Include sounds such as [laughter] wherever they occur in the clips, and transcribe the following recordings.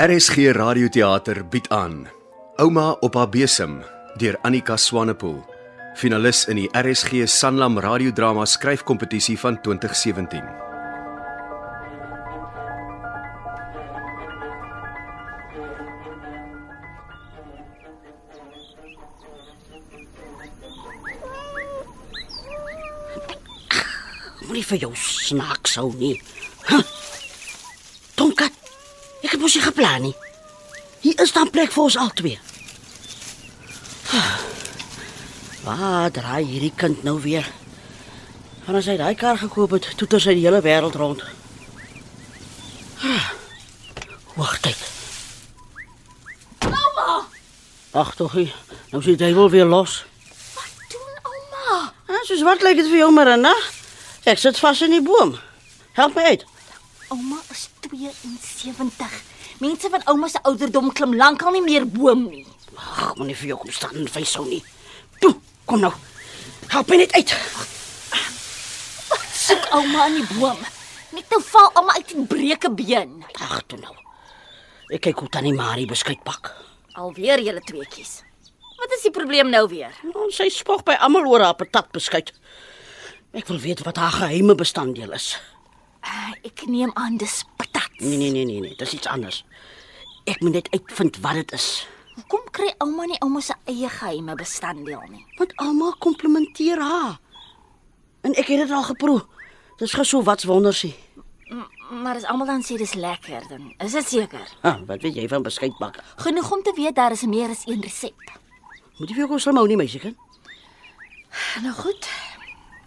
RSG Radioteater bied aan Ouma op haar besem deur Annika Swanepoel, finalis in die RSG Sanlam radiodrama skryfkompetisie van 2017. Moenie vir jou snaaks hou nie. Huh. Tonka, ek het mos nie geplan nie. Hier is dan plek vir ons albei. Huh. Waar draai hierdie kind nou weer? Want as hy daai kar gekoop het, toeter sy die hele wêreld rond. Ah, Huh. Wag net. Ouma, Ag tog, hier, nou sit hy wel weer los. wat doen ouma? Ah, soos wat lyk dit vir jou maar nag? Ek sit vas in die boom. Help my uit. Ouma is 72. Mense van ouma se ouderdom klim lankal nie meer boom nie. Ag, moenie vir jou kom staan en wys sou nie. Toe, kom nou. Help my net uit. Wat soek ouma in die boom? Net nou val ouma uit en breek 'n been. Ag, toe nou. Ek kyk hoe tannie Marie beskuit pak. Alweer julle tweetjies. Wat is die probleem nou weer? Nou, sy spog by almal oor haar patat beskuit. Ek wil weet wat haar geheime bestanddeel is. Uh, ek neem aan dis patat. Nee, nee, nee, nee, nee, dis iets anders. Ek moet net uitvind wat dit is. Hoekom kry ouma nie ouma se eie geheime bestanddeel nie? Want almal komplimenteer haar. En ek het dit al geproe. Dis gesou wat's wondersie. M maar as almal dan sê dis lekker, dan is dit seker. Ah, wat weet jy van beskuitbak? Genoeg om te weet daar is meer as een resep. Moet jy vir jou kos hou nie, meisiekind? Nou goed.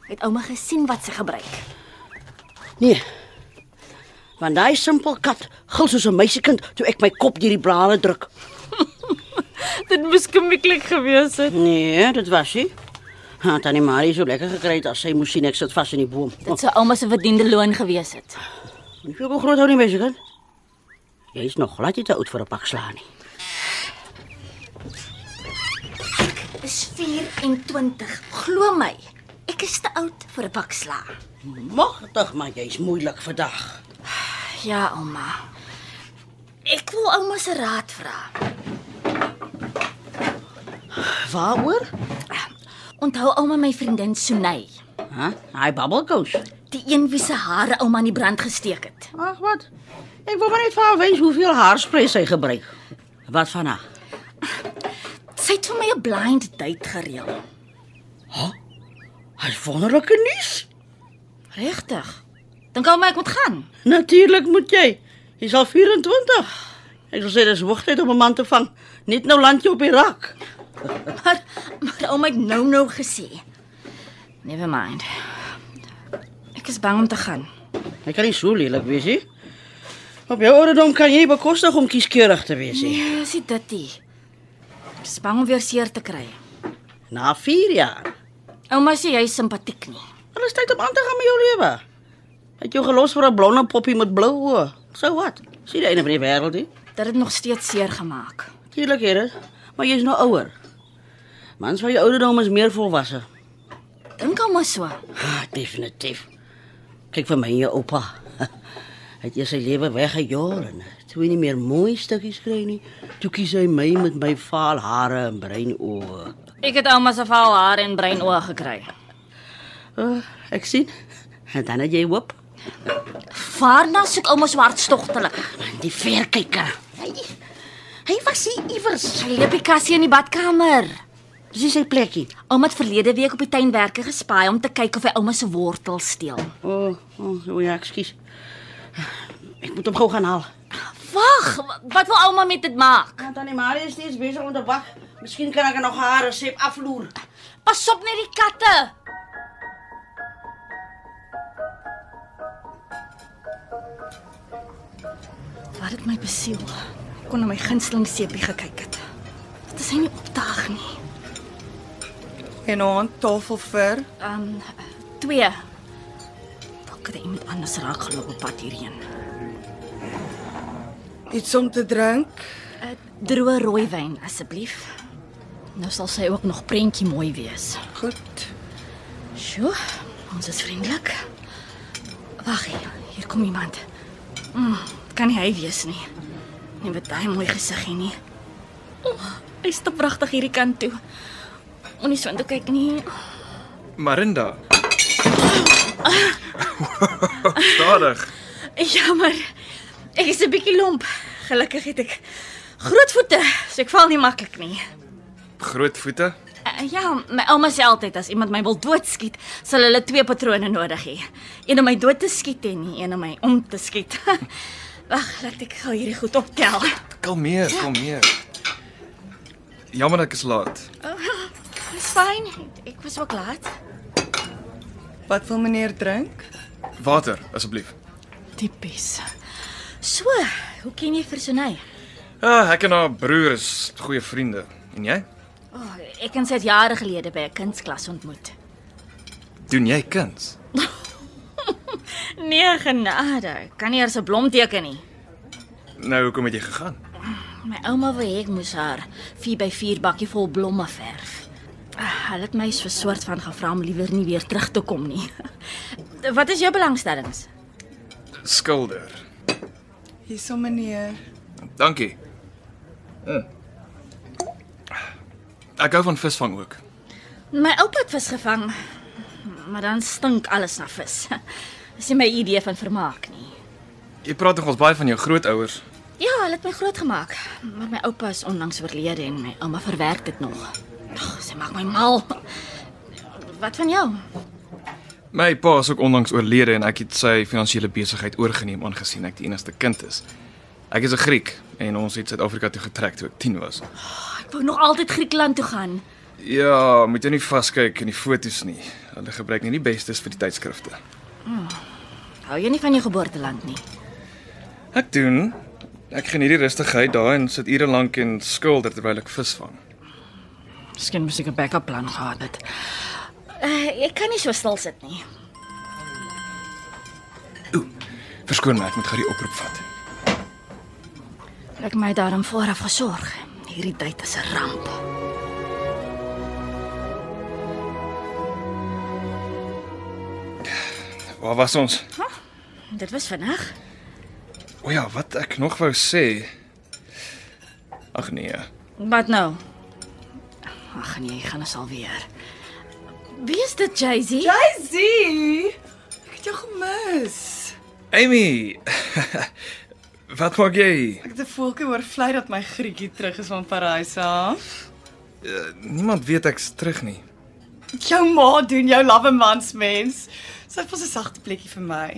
Het ouma gesien wat sy gebruik? Nee. Want daai simpel kat gil soos 'n meisiekind toe ek my kop deur die blare druk. Dit moes komieklik gewees het. Nee, dit was hy. Ha, Ah, tannie Marie sou lekker gekry het as sy moes sien ek sit vas in die boom. Oh, Dit sou ouma se verdiende loon gewees het. Jy wil ook groot hou nie, meisiekind? Jy is nog glad nie te oud vir 'n pak slaan nie. Dis 24. Glo my. Ek is te oud vir 'n pak sla. Magtig, maar jy's moeilik vandag. Ja, ouma. Ek wil ouma se raad vra. Waaroor? Onthou ouma my vriendin Sunay, Ha, hy babbelkous. die een wie se hare ouma in die brand gesteek het. Ag wat. Ek wil maar net vir haar wys hoeveel haarspray sy gebruik. Wat van haar? Sy het vir my 'n blind date gereël. Hy's wonderlike nuus. Regtig? Dink ouma ek moet gaan. Natuurlik moet jy. Jy's al 24. Ek sal sê dis hoogtyd om 'n man te vang. Net nou land jy op die rak. Maar maar ouma het nou nou gesê. Never mind. Ek is bang om te gaan. Ek kan nie so lelik wees nie. Op jou ouderdom kan jy nie bekostig om kieskeurig te wees nie. Nee, is dit dit? nie. Ek is bang om weer seer te kry. Na 4 jaar. Ouma sê jy is simpatiek nie. Al is tyd om aan te gaan met jou lewe. Het jou gelos vir 'n blonde poppie met blou oë. So wat? Sien jy einde van die wêreld nie? Dit het nog steeds seer gemaak. Tuurlik, Here, maar jy's nou ouer. Mans van jou ouderdom is meer volwasse. Dink ouma so. Ah, definitief. Kyk vir my en jou oupa. [laughs] Hy het eers sy lewe weggejol en toe hy nie meer mooi stukkies kry nie, toe kies hy my met my vaal hare en bruin oë. Ek het ouma se vaal haar en brein oë gekry. Uh, ek sien. En dan het jy hoop. Waarna soek ouma so hartstogtelik? Die verkyker. Hy hy was hier iewers. Hy loop die kassie in die badkamer. Dis sy plekkie. Ouma het verlede week op die tuinwerke gespaai om te kyk of hy ouma se wortel steel. O, oh, o oh, ja, ekskuus. Ek moet hom gou gaan haal. Wag, wa- wat wil ouma met dit maak? Want Ja, tannie Marie is steeds besig om te wag. Miskien kan ek er nog haar resep afloer. Pas op net die katte. Wat het my besiel? Ek kon na my gunsteling seepie gekyk het. Dit is hy nie opdaag nie. En aan tafel vir Ehm um, twee. Dalk het hy iemand anders raak geloop op pad hierheen. iets om te drink. 'n Eh, Droë rooi wyn asseblief. Nou sal sy ook nog prentjie mooi wees. Goed. Sjoe, ons is vriendelik. Wag, hier, hier kom iemand. Mm, dit kan nie hy wees nie. Nie baie mooi gesiggie nie. Oh, hy's te pragtig hierdie kant toe. Moenie so intoe kyk nie. Marinda. Stadig. Jammer. Ek is 'n bietjie lomp. Gelukkig het ek groot voete, so ek val nie maklik nie. Groot voete. Uh, ja, my ouma sê altyd as iemand my wil doodskiet, sal hulle twee patrone nodig hê. Een om my dood te skiet en die een om my om te skiet. [laughs] Wag, laat ek gou hierdie goed optel. Kalmeer, kalmeer. Jammer ek is laat. Oh, Dis fyn. Ek was ook laat. Wat wil meneer drink? Water asseblief. Tipies. So, hoe ken jy Versonay? Ah, ek en haar broer is goeie vriende. En jy? O, oh, ek en sy het jare gelede by 'n kunsklas ontmoet. Doen jy kuns? Nee, genade. Kan nie eers 'n blom teken nie. Nou hoekom het jy gegaan? My ouma wou hê ek moes haar 4 by 4 bakkie vol blomme verf. Ah, Hulle het my so 'n soort van gevra om liewer nie weer terug te kom nie. [laughs] Wat is jou belangstellings? Skilder. Hierso meneer. Dankie. Mm. Ek hou van visvang ook. My oupa het vis gevang, maar dan stink alles na vis. [laughs] Dis nie my idee van vermaak nie. Jy praat nog ons baie van jou grootouers. Ja, hulle het my grootgemaak, maar my oupa is onlangs oorlede en my ouma verwerk dit nog. Ag, sy maak my mal. Wat van jou? My pa is ook onlangs oorlede en ek het sy finansiële besigheid oorgeneem aangesien ek die enigste kind is. Ek is 'n Griek en ons het Suid-Afrika toe getrek toe ek 10 was. Ek wou nog altyd Griekeland toe gaan. Ja, moet jy nie vaskyk in die foto's nie. Hulle gebruik nie die bestes vir die tydskrifte. Hou jy nie van jou geboorteland nie? Ek doen. Ek geniet die rustigheid daar en sit ure lank en skilder terwyl ek vis vang. Miskien moes ek 'n backup plan gehad het. Uh, ek kan nie so stil sit nie. Verskoon my, ek moet gou die oproep vat. Ek het my daarom vooraf gesorg. Hierdie tyd is 'n ramp. Waar was ons? Dit was vinnig. O ja, wat ek nog wou sê. Ag nee. Wat nou? Ag nee, gaan ons alweer. Ja. Wie is dit, Jay-Z? Daisy, ek het jou gemis. Amy. [laughs] wat maak jy? Ek het 'n voeltjie oor vlei dat my Griekie terug is van Parys af. Niemand weet ek's terug nie. Jou ma doen jou love mans mens. Sy het vir 'n sagte plekkie vir my.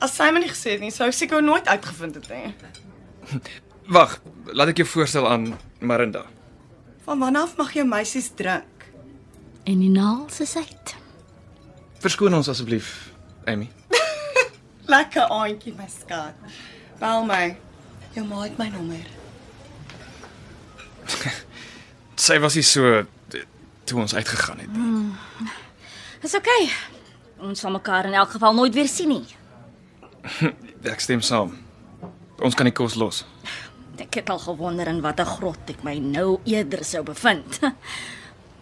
As sy my nie gesê het nie, sou ek seker nooit uitgevind het nie. Wag, laat ek jou voorstel aan Marinda. Van wanneer af mag jou meisies drink? En die naal se uit. Verskoon ons asseblief, Amy. Lekker aantjie my skat. Bel my. Jou ma het my nommer. Sy was nie so eh, toe ons uitgegaan het. nie. Dis oukei. Okay. Ons sal mekaar in elk geval nooit weer sien nie. Ek stem saam. Ons kan die kos los. Ek het al gewonder in watter grot ek my nou eerder sou bevind.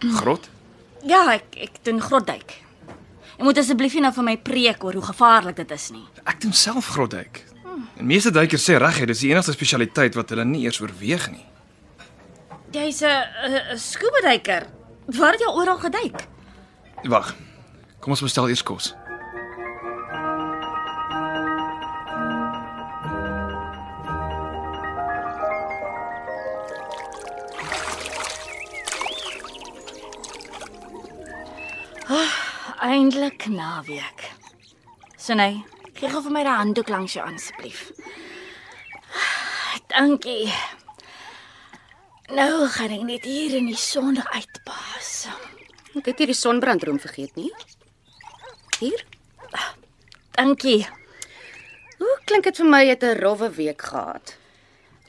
[laughs] Grot? ja, ek ek doen grotduik. Jy moet asseblief nie nou vir my preek oor hoe gevaarlik dit is nie. Ek doen self grotduik. En meeste duikers sê reguit, dis die enigste spesialiteit wat hulle nie eers oorweeg nie. Jy's 'n eh, eh, scuba duiker. Waar het jy oral geduik? Wag. Kom ons bestel eers kos. Eindelik naweek. Sinay, gee gou vir my daai handdoek langs jou aan asseblief. Dankie. Nou gaan ek net hier in die son uitpas. Ek het hierdie sonbrandroom vergeet nie. Hier. Dankie. Hoe klink dit vir my jy het 'n rowwe week gehad?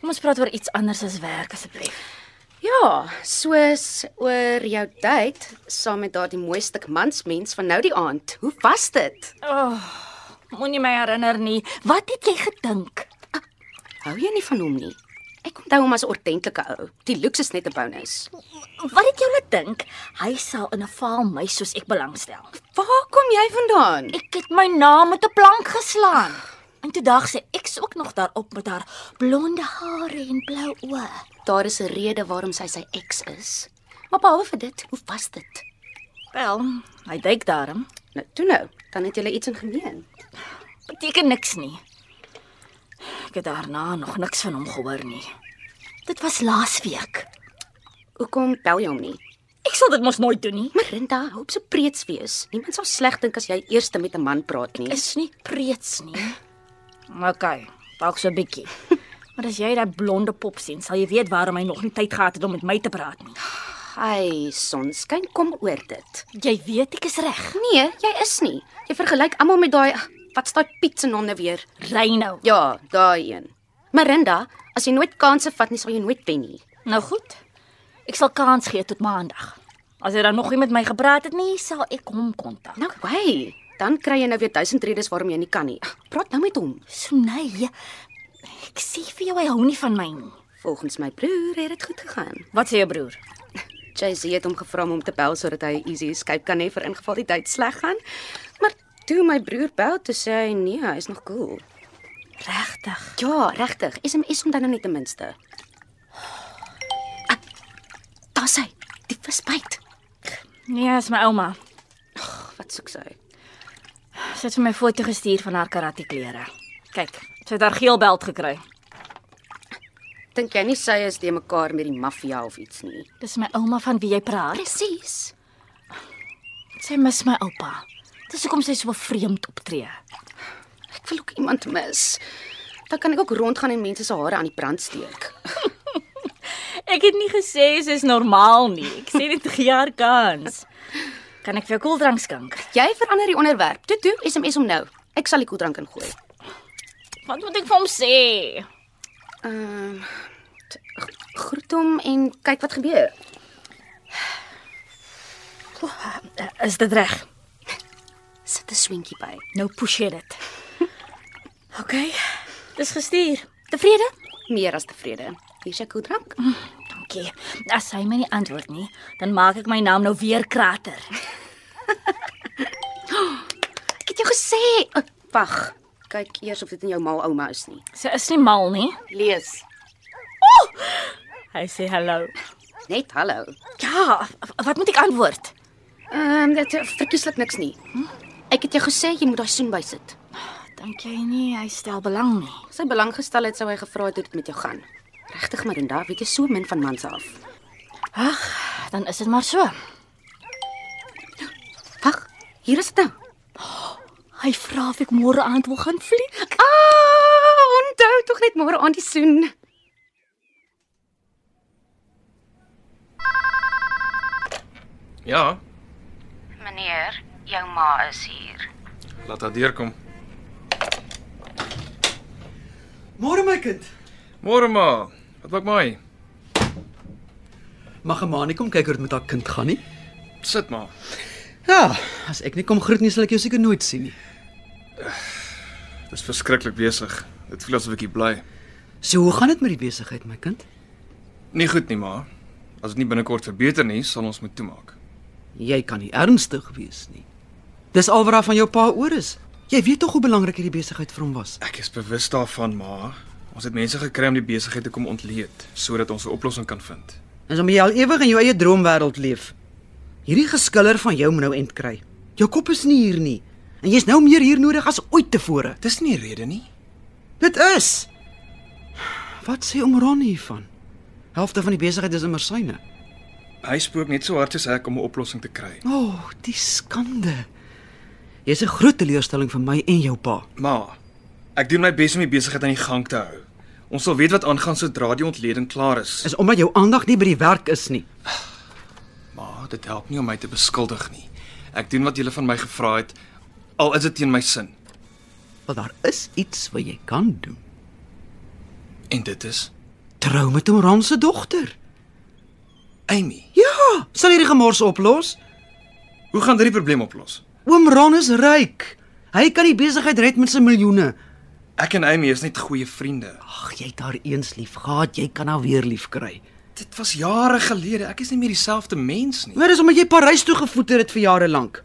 Kom ons praat oor iets anders as werk asseblief. Ja, soos oor jou date saam met daardie mooi stuk mansmens van nou die aand. Hoe was dit? Moenie my herinner nie. Wat het jy gedink? Hou jy nie van hom nie? Ek onthou hom as 'n ordentlike ou. Die looks is net 'n bonus. Wat het jy laat dink? Hy sal in 'n vaal my soos ek belangstel. Waar kom jy vandaan? Ek het my naam met 'n plank geslaan. En toe daag sy eks ook nog daarop met haar blonde hare en blou oë. Daar is 'n rede waarom sy sy ex is. Maar behalwe vir dit, hoe was dit? Wel, hy dink daarom. Nou, toe nou, dan het julle iets in gemeen. Beteken niks nie. Ek het daarna nog niks van hom gehoor nie. Dit was laasweek. Hoekom bel jy hom nie? Ek sal dit mos nooit doen nie. Marinda, hou op so preets wees. Niemand sal sleg dink as jy eers met 'n man praat nie. Is nie preets nie. OK, dalk so 'n bietjie. Maar as jy daai blonde pop sien, sal jy weet waarom hy nog nie tyd gehad het om met my te praat nie. hy sonskyn kom oor dit. Jy weet ek is reg. Nee, jy is nie. Jy vergelyk almal met daai ag, wat staan Piet se naam nou weer? Ry nou. Ja, daai een. Marinda, as jy nooit kansse vat nie, sal jy nooit wen nie. Nou goed. Ek sal kans gee tot maandag. As hy dan nog nie met my gepraat het nie, sal ek hom kontak. Nou, hey, dan kry jy nou weer duisend redes waarom jy nie kan nie. Ag, Praat nou met hom. so nee. Ek sê vir jou hy hou nie van my nie. Volgens my broer het dit goed gegaan. Wat sê jou broer? Jay-Z het hom gevra om hom te bel sodat hy 'n easy escape kan hê vir ingeval die date sleg gaan. Maar toe my broer bel, toe sê hy nee, hy is nog cool. Regtig? Ja, regtig. SMS hom dan nou net ten minste. Ah, Daar sê, die visbyt. Nee, is my ouma. Wat soek sy? Sy het vir my foto gestuur van haar karate klere. Kyk, sy het haar geel beld gekry. Dink jy nie sy is te mekaar met die maffia of iets nie? Dis my ouma van wie jy praat. Presies. Sy mis my oupa. Dis hoekom sy so vreemd optree. Ek wil ook iemand mis. Dan kan ek ook rondgaan en mense se hare aan die brand steek. Ek het nie gesê sy is normaal nie. Ek sê dit [laughs] gee haar kans. Kan ek vir jou koeldrank skink? Jy verander die onderwerp. Toe toe, SMS hom nou. Ek sal die koeldrank ingooi. Wat moet ek vir hom sê? Ehm t- g- groet hom en kyk wat gebeur. Is dit reg? Sit 'n swinkie by. Nou push jy [laughs] dit. OK. Dis gestuur. Tevrede? Meer as tevrede. Hier's jou koeldrank. Dankie. As hy my nie antwoord nie, dan maak ek my naam nou weer krater. Ek het jou gesê. O, Eh, Wag. Kyk eers of dit in jou mal ouma is nie. Sy is nie mal nie. Lees. Hy sê hallo. Net hallo. Ja, wat moet ek antwoord? Ehm dit verkieslik niks nie. Hm? Ek het jou gesê jy moet daai soen bysit. Dink jy nie hy stel belang nie? As hy belang gestel het, sou hy gevra het hoe dit met jou gaan. Regtig Marinda, weet jy so min van mans af. Ag, dan is dit maar so. Wag, hier is dit nou. Hy vra of ek môre aand wil gaan vlieg. Ah, onthou tog net môre aan die soen. Ja, Meneer, jou ma is hier. laat haar deurkom. Môre my kind. Môre maar. Wat maak my? Mag 'n ma nie kom kyk hoe dit met haar kind gaan nie? Sit maar. Ja, as ek nie kom groet nie, sal ek jou seker nooit sien nie. Dis verskriklik besig. Dit voel asof ek hier bly. So, hoe gaan dit met die besigheid, my kind? Nie Nee, goed nie, maar as dit nie binnekort verbeter nie, sal ons moet toemaak. Jy kan nie ernstig wees nie. Dis al wat daar van jou pa oor is. Jy weet tog hoe belangrik hierdie besigheid vir hom was. Ek is bewus daarvan, maar ons het mense gekry om die besigheid te kom ontleed sodat ons 'n oplossing kan vind. En so moet jy al ewig in jou eie droomwêreld leef. Hierdie geskiller van jou moet nou end kry. Jou kop is nie hier nie. En jy's nou meer hier nodig as ooit tevore. Dis nie 'n rede nie. Dit is. Wat sê om Ron hiervan? Helfte van die besigheid is immer syne. Hy spook net so hard soos ek om 'n oplossing te kry. O, oh, die skande. Jy's 'n groot teleurstelling vir my en jou pa. Maar ek doen my bes om die besigheid aan die gang te hou. Ons sal weet wat aangaan sodra die ontleding klaar is. Is omdat jou aandag nie by die werk is nie. Maar dit help nie om my te beskuldig nie. Ek doen wat julle van my gevra het, al is dit teen my sin. Want daar is iets wat jy kan doen. En dit is Trou met hom Ram se dogter. Amy. Ja, sal hierdie gemors oplos. Hoe gaan dit die probleem oplos? Oom Ron is ryk. Hy kan die besigheid red met sy miljoene. Ek en Amy is net goeie vriende. Ag, jy het haar eens lief gehad, jy kan haar weer lief kry. Dit was jare gelede. Ek is nie meer dieselfde mens nie. Maar dis omdat jy Parys toe gevoeter het vir jare lank.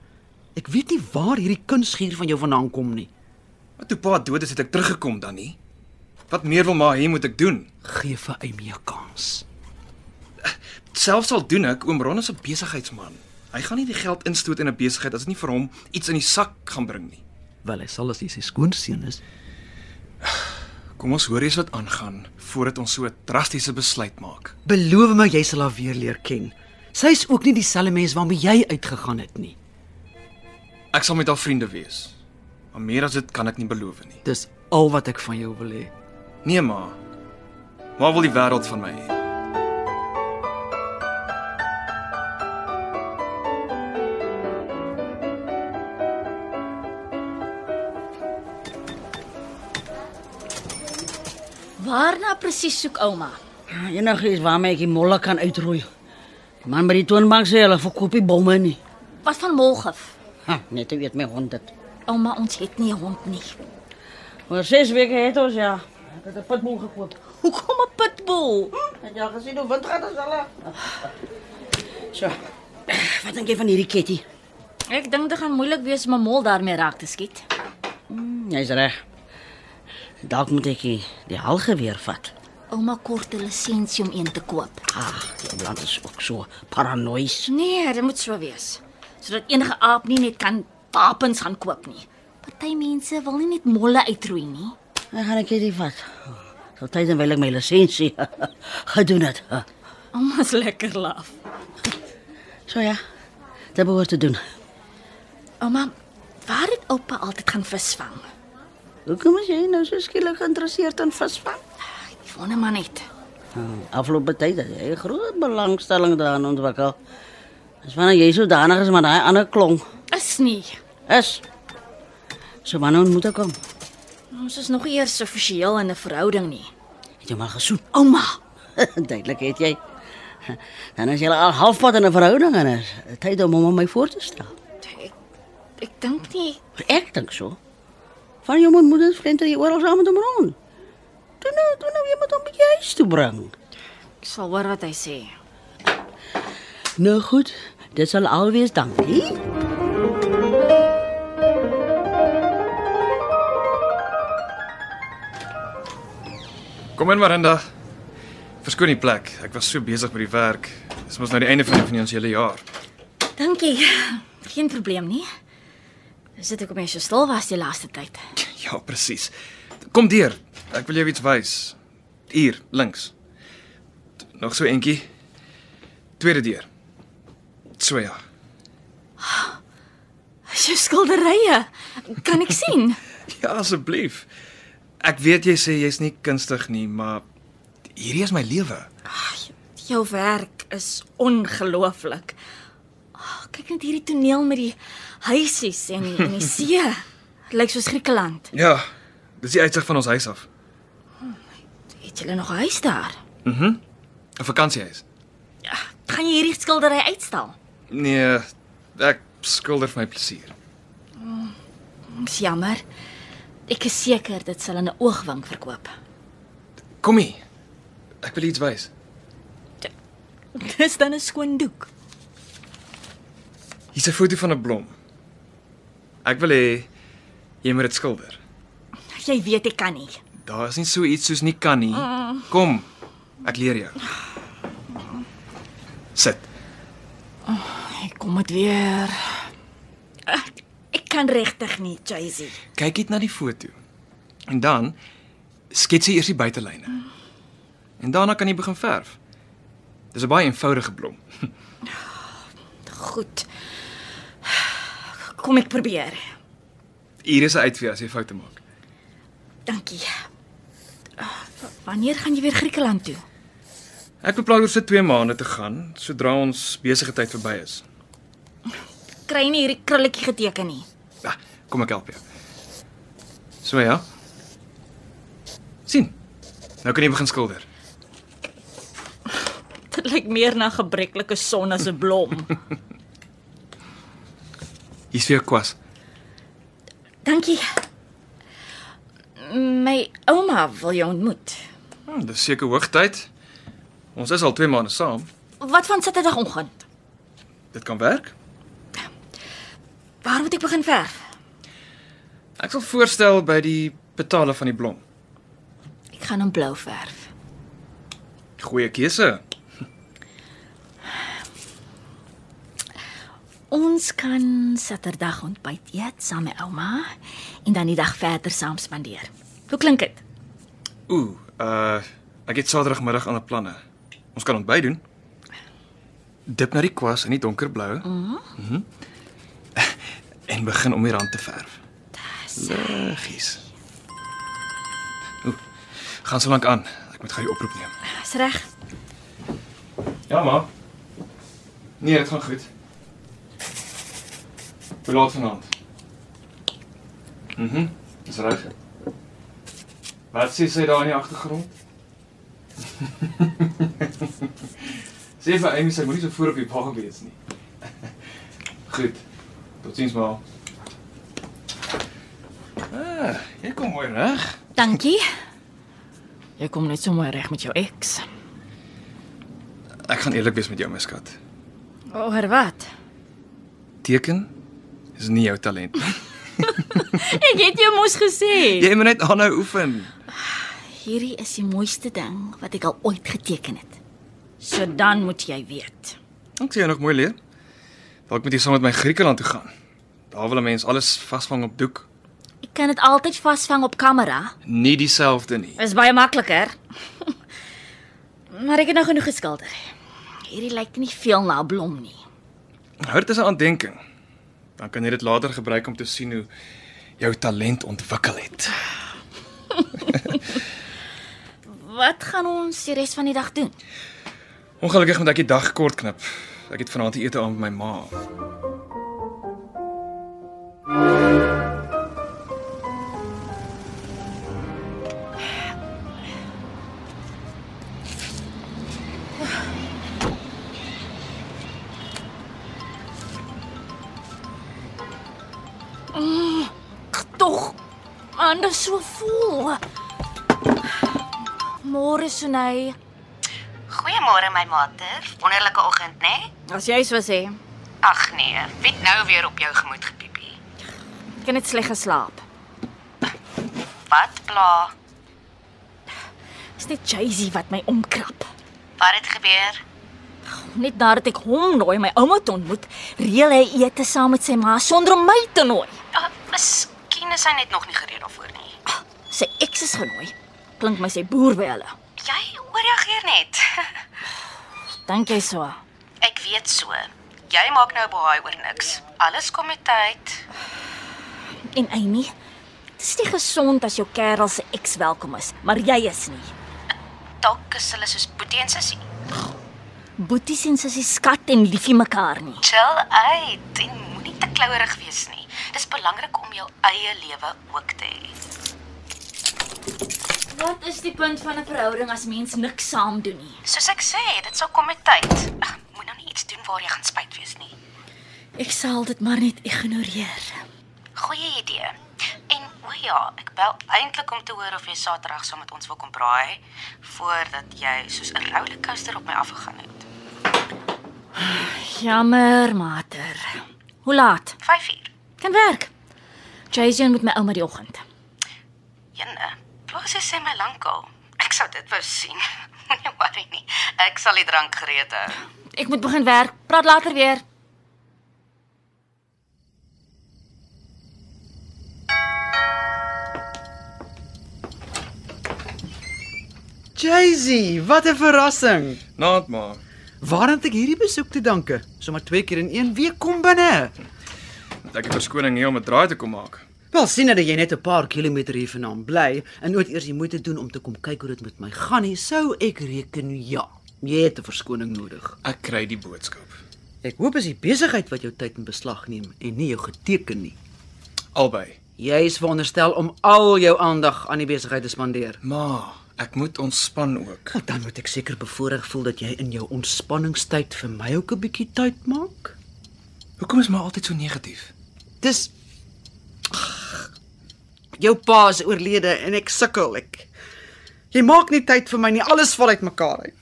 Ek weet nie waar hierdie kunsgier van jou vandaan kom nie. Maar toe pa dood is, het ek teruggekom dan nie. Wat meer wil ma hê moet ek doen? Gee vir Amy 'n kans. Selfs al doen ek, oom Ron is 'n besigheidsman. Hy gaan nie die geld instoot in 'n besigheid as dit nie vir hom iets in die sak gaan bring nie. Wel, hy sal as hy sy skoonseun is. Kom ons hoor eens wat aangaan voordat ons so 'n drastiese besluit maak. Beloof my jy sal haar weer leer ken. Sy's ook nie dieselfde mens waarmee jy uitgegaan het nie. Ek sal met haar vriende wees. Maar meer as dit kan ek nie beloof nie. Dis al wat ek van jou wil hê. Nee ma. Ma wil die wêreld van my hê. Waarna presies soek ouma? Enigiets Ah, waarmee ek die molle kan uitroei. Die man by die toonbank sê hulle verkoop nie bomme nie. Wat van molgif? Ha, net weet my hond dit. Ouma, ons het nie 'n hond nie. Oor 6 weke het ons ja. Ek het 'n pitbull gekoop. Hoekom 'n pitbull? Het jy al gesien hoe wind gaan as hulle? So. Wat dink jy van hierdie ketty? Ek dink dit gaan moeilik wees om 'n mol daarmee raak te skiet. Hm, Jy's reg. Dalk moet ek die, die halgeweer vat. Ouma kort 'n lisensie om een te koop. Ag, die land is ook so paranoïes. Nee, dit moet so wees. Sodat enige aap nie net kan wapens gaan koop nie. Party mense wil nie net molle uitroei nie. Dan gaan ek hierdie vat. Sal tyd en wil ek my lisensie [laughs] gedoen het. Alma's lekker laf. So ja. Dit behoort te doen. Ouma, waar het oupa altyd gaan visvang? Hoekom is jy nou so skielik geïnteresseerd in visvang? Ek wonder maar net. Afgelope tyd het jy groot belangstelling daaraan ontwikkel. Dis wanneer jy so danig is met daai ander klonk. Is nie. Is. So wanneer moet ek kom? Ons is nog nie eers offisieel in 'n verhouding nie. Het jy maar gesoet? Ouma, [laughs] Duidelik het jy. Dan is jy al halfpad in 'n verhouding en is tyd om hom aan my voor te stel. ek ek dink nie. Ek dink so. Van jou man moet dit flenter jy oral saam met hom rond. Toe nou, toe nou jy moet hom by jou huis toe bring. Ek sal hoor wat hy sê. Nou goed, dit sal alwees dankie. Kom in Marinda. Verskoon die plek. Ek was so besig met die werk. Dis mos nou die einde van die finansiële jaar. Dankie. Geen probleem nie. Dis dit ek kom jy so stil was die laaste tyd. Ja, presies. Kom deur. Ek wil jou iets wys. Hier, links. Nog so eentjie. Tweede deur. So ja. Dis jou skilderye. Kan ek sien? [laughs] Ja, asseblief. Ek weet jy sê jy's nie kunstig nie, maar hierdie is my lewe. Jou werk is ongelooflik. Oh, kyk net hierdie toneel met die huisies en en die [laughs] see. Het Lyk soos Griekeland. Ja. Dis die uitsig van ons huis af. Het julle nog 'n huis daar? 'n Vakansiehuis. Gaan jy hierdie skildery uitstal? Nee, ek skilder vir my plesier. Dis jammer. Ek is seker dit sal in 'n oogwink verkoop. Kom hier. Ek wil iets wys. [laughs] Dis dan 'n skoon doek. Hier's 'n foto van 'n blom. Ek wil hê jy moet dit skilder. Jy weet ek kan nie. Daar is nie so iets soos nie kan nie. Kom. Ek leer jou. Sit. Ek Nee, kom dit weer. Ah, Ek kan regtig nie, Jaycee. Kyk net na die foto. En dan skets jy eers die buitelyne. En daarna kan jy begin verf. Dis 'n baie eenvoudige blom. Goed. Kom ek probeer. Hier is 'n uitvee as jy foute maak. Dankie. Ah, Wanneer gaan jy weer Griekeland toe? Ek beplan oor so 2 maande te gaan, sodra ons besige tyd verby is. Kry nie hierdie krulletjie geteken nie. Ah, kom ek help jou. So ja. sien. Nou kan jy begin skilder. [laughs] Dit lyk meer na gebreklike son as 'n [laughs] blom. Hier's vir jou kwas. Dankie. My ouma wil jou ontmoet. Hm, dis seker hoogtyd. Ons is al 2 maande saam. Wat van Saterdagoggend? Dit kan werk. Waar moet ek begin verf? Ek sal voorstel by die betale van die blom. Ek gaan hom blou verf. Goeie keuse. Ons kan Saterdag ontbyt eet saam met ouma en dan die dag verder saam spandeer. Hoe klink dit? Ooh, uh ek het Saterdagmiddag ander planne. Ons kan ontbyt doen. Dip na die kwas in die donkerblou. Mhm. [laughs] Mm -hmm. en begin om die rand te verf. Liggies. Ooh. Gaan so lank aan. Ek moet gou die oproep neem. Is reg. [laughs] Ja, ma. Nee, dit gaan goed. Hoe laat vanaand? Mhm, dis reg. Wat sê sy daar in die agtergrond? [laughs] sê vir Amy sy moenie so voor op die paal wees nie. [laughs] Goed. Totsiens maar. Ah, jy kom mooi reg. Dankie. Jy kom net so mooi reg met jou ex. Ek gaan eerlik wees met jou, my skat. Oor wat? Teken is nie jou talent nie. Ek het jou mos gesê. Jy moet net aanhou oefen. Hierdie is die mooiste ding wat ek al ooit geteken het. So dan moet jy weet. Dank jy nog mooi leer. Dalk moet jy saam met my Griekeland toe gaan. Daar wil 'n mens alles vasvang op doek. Ek kan dit altyd vasvang op kamera. Nie dieselfde nie. Is baie makliker. maar ek het nou genoeg geskilder. Hierdie lyk nie veel na 'n blom nie. Hart is 'n aandenking. Dan kan jy dit later gebruik om te sien hoe jou talent ontwikkel het. Wat gaan ons die res van die dag doen? Ongelukkig moet ek die dag kort knip. Ek het vanaand die ete aan met my ma. Tog anders so vol. Môre Sunay, Goeiemôre my mater. Wonderlike oggend, né? Nee? as jy so sê, Ag nee, wie het nou weer op jou gemoed gepiepie? ek het net sleg geslaap. Wat pla? Dis net Jaycee wat my omkrap. Wat het gebeur? Net nadat ek hom nooi my ouma te ontmoet, reël hy ete saam met sy ma sonder om my te nooi. Ah, miskien is hy net nog nie gereed daarvoor nie. Sy ex is genooi. Klink my sy boer by hulle. Jy ooreageer net. [laughs] Dink jy so? Ek weet so. Jy maak nou baie oor niks. Alles kom met tyd. En Amy, dit is nie gesond as jou kerel se ex welkom is, maar jy is nie. Dalk is hulle soos boetie en sussie. Boeties en sussie skat en liefie mekaar nie. Chill uit en moenie te klouerig wees nie. Dis belangrik om jou eie lewe ook te hê. Wat is die punt van 'n verhouding as mens niks saam doen nie? Soos ek sê, dit sal kom met tyd. Ag, Moet nou nie iets doen waar jy gaan spyt wees nie. Ek sal dit maar net ignoreer. Goeie idee. En o ja, ek bel eintlik om te hoor of jy Saterdag saam met ons wil kom braai voordat jy soos 'n rollercoaster op my afgegaan het. Jammer, mater. Hoe laat? 5uur. Kan werk. Jason moet my ouma die oggend. Jenne, plaas jy sê my lankal. Ek sou dit wou sien. [laughs] Moenie worry nie. Ek sal die drank gereed hou. Ek moet begin werk. Praat later weer. Jaycee, wat 'n verrassing. Naat ma. Waaraan het ek hierdie besoek te danke? Sommige twee keer in een week kom binne. Ek het verskoning nie om 'n draai te kom maak. Wel sien dat jy net 'n paar kilometer hier vandaan bly en nooit eers die moeite doen om te kom kyk hoe dit met my gaan nie, sou ek reken ja. Jy het 'n verskoning nodig. Ek kry die boodskap. Ek hoop is die besigheid wat jou tyd in beslag neem en nie jou geteken nie. Albei. Jy is veronderstel om al jou aandag aan die besigheid te spandeer. Ma, ek moet ontspan ook. Wel, Dan moet ek seker bevoordeel voel dat jy in jou ontspanningstyd vir my ook 'n bietjie tyd maak. Hoekom is ma altyd so negatief? Dis Ag, jou pa is oorlede en ek sukkel ek. Jy maak nie tyd vir my nie. Alles val uitmekaar uit.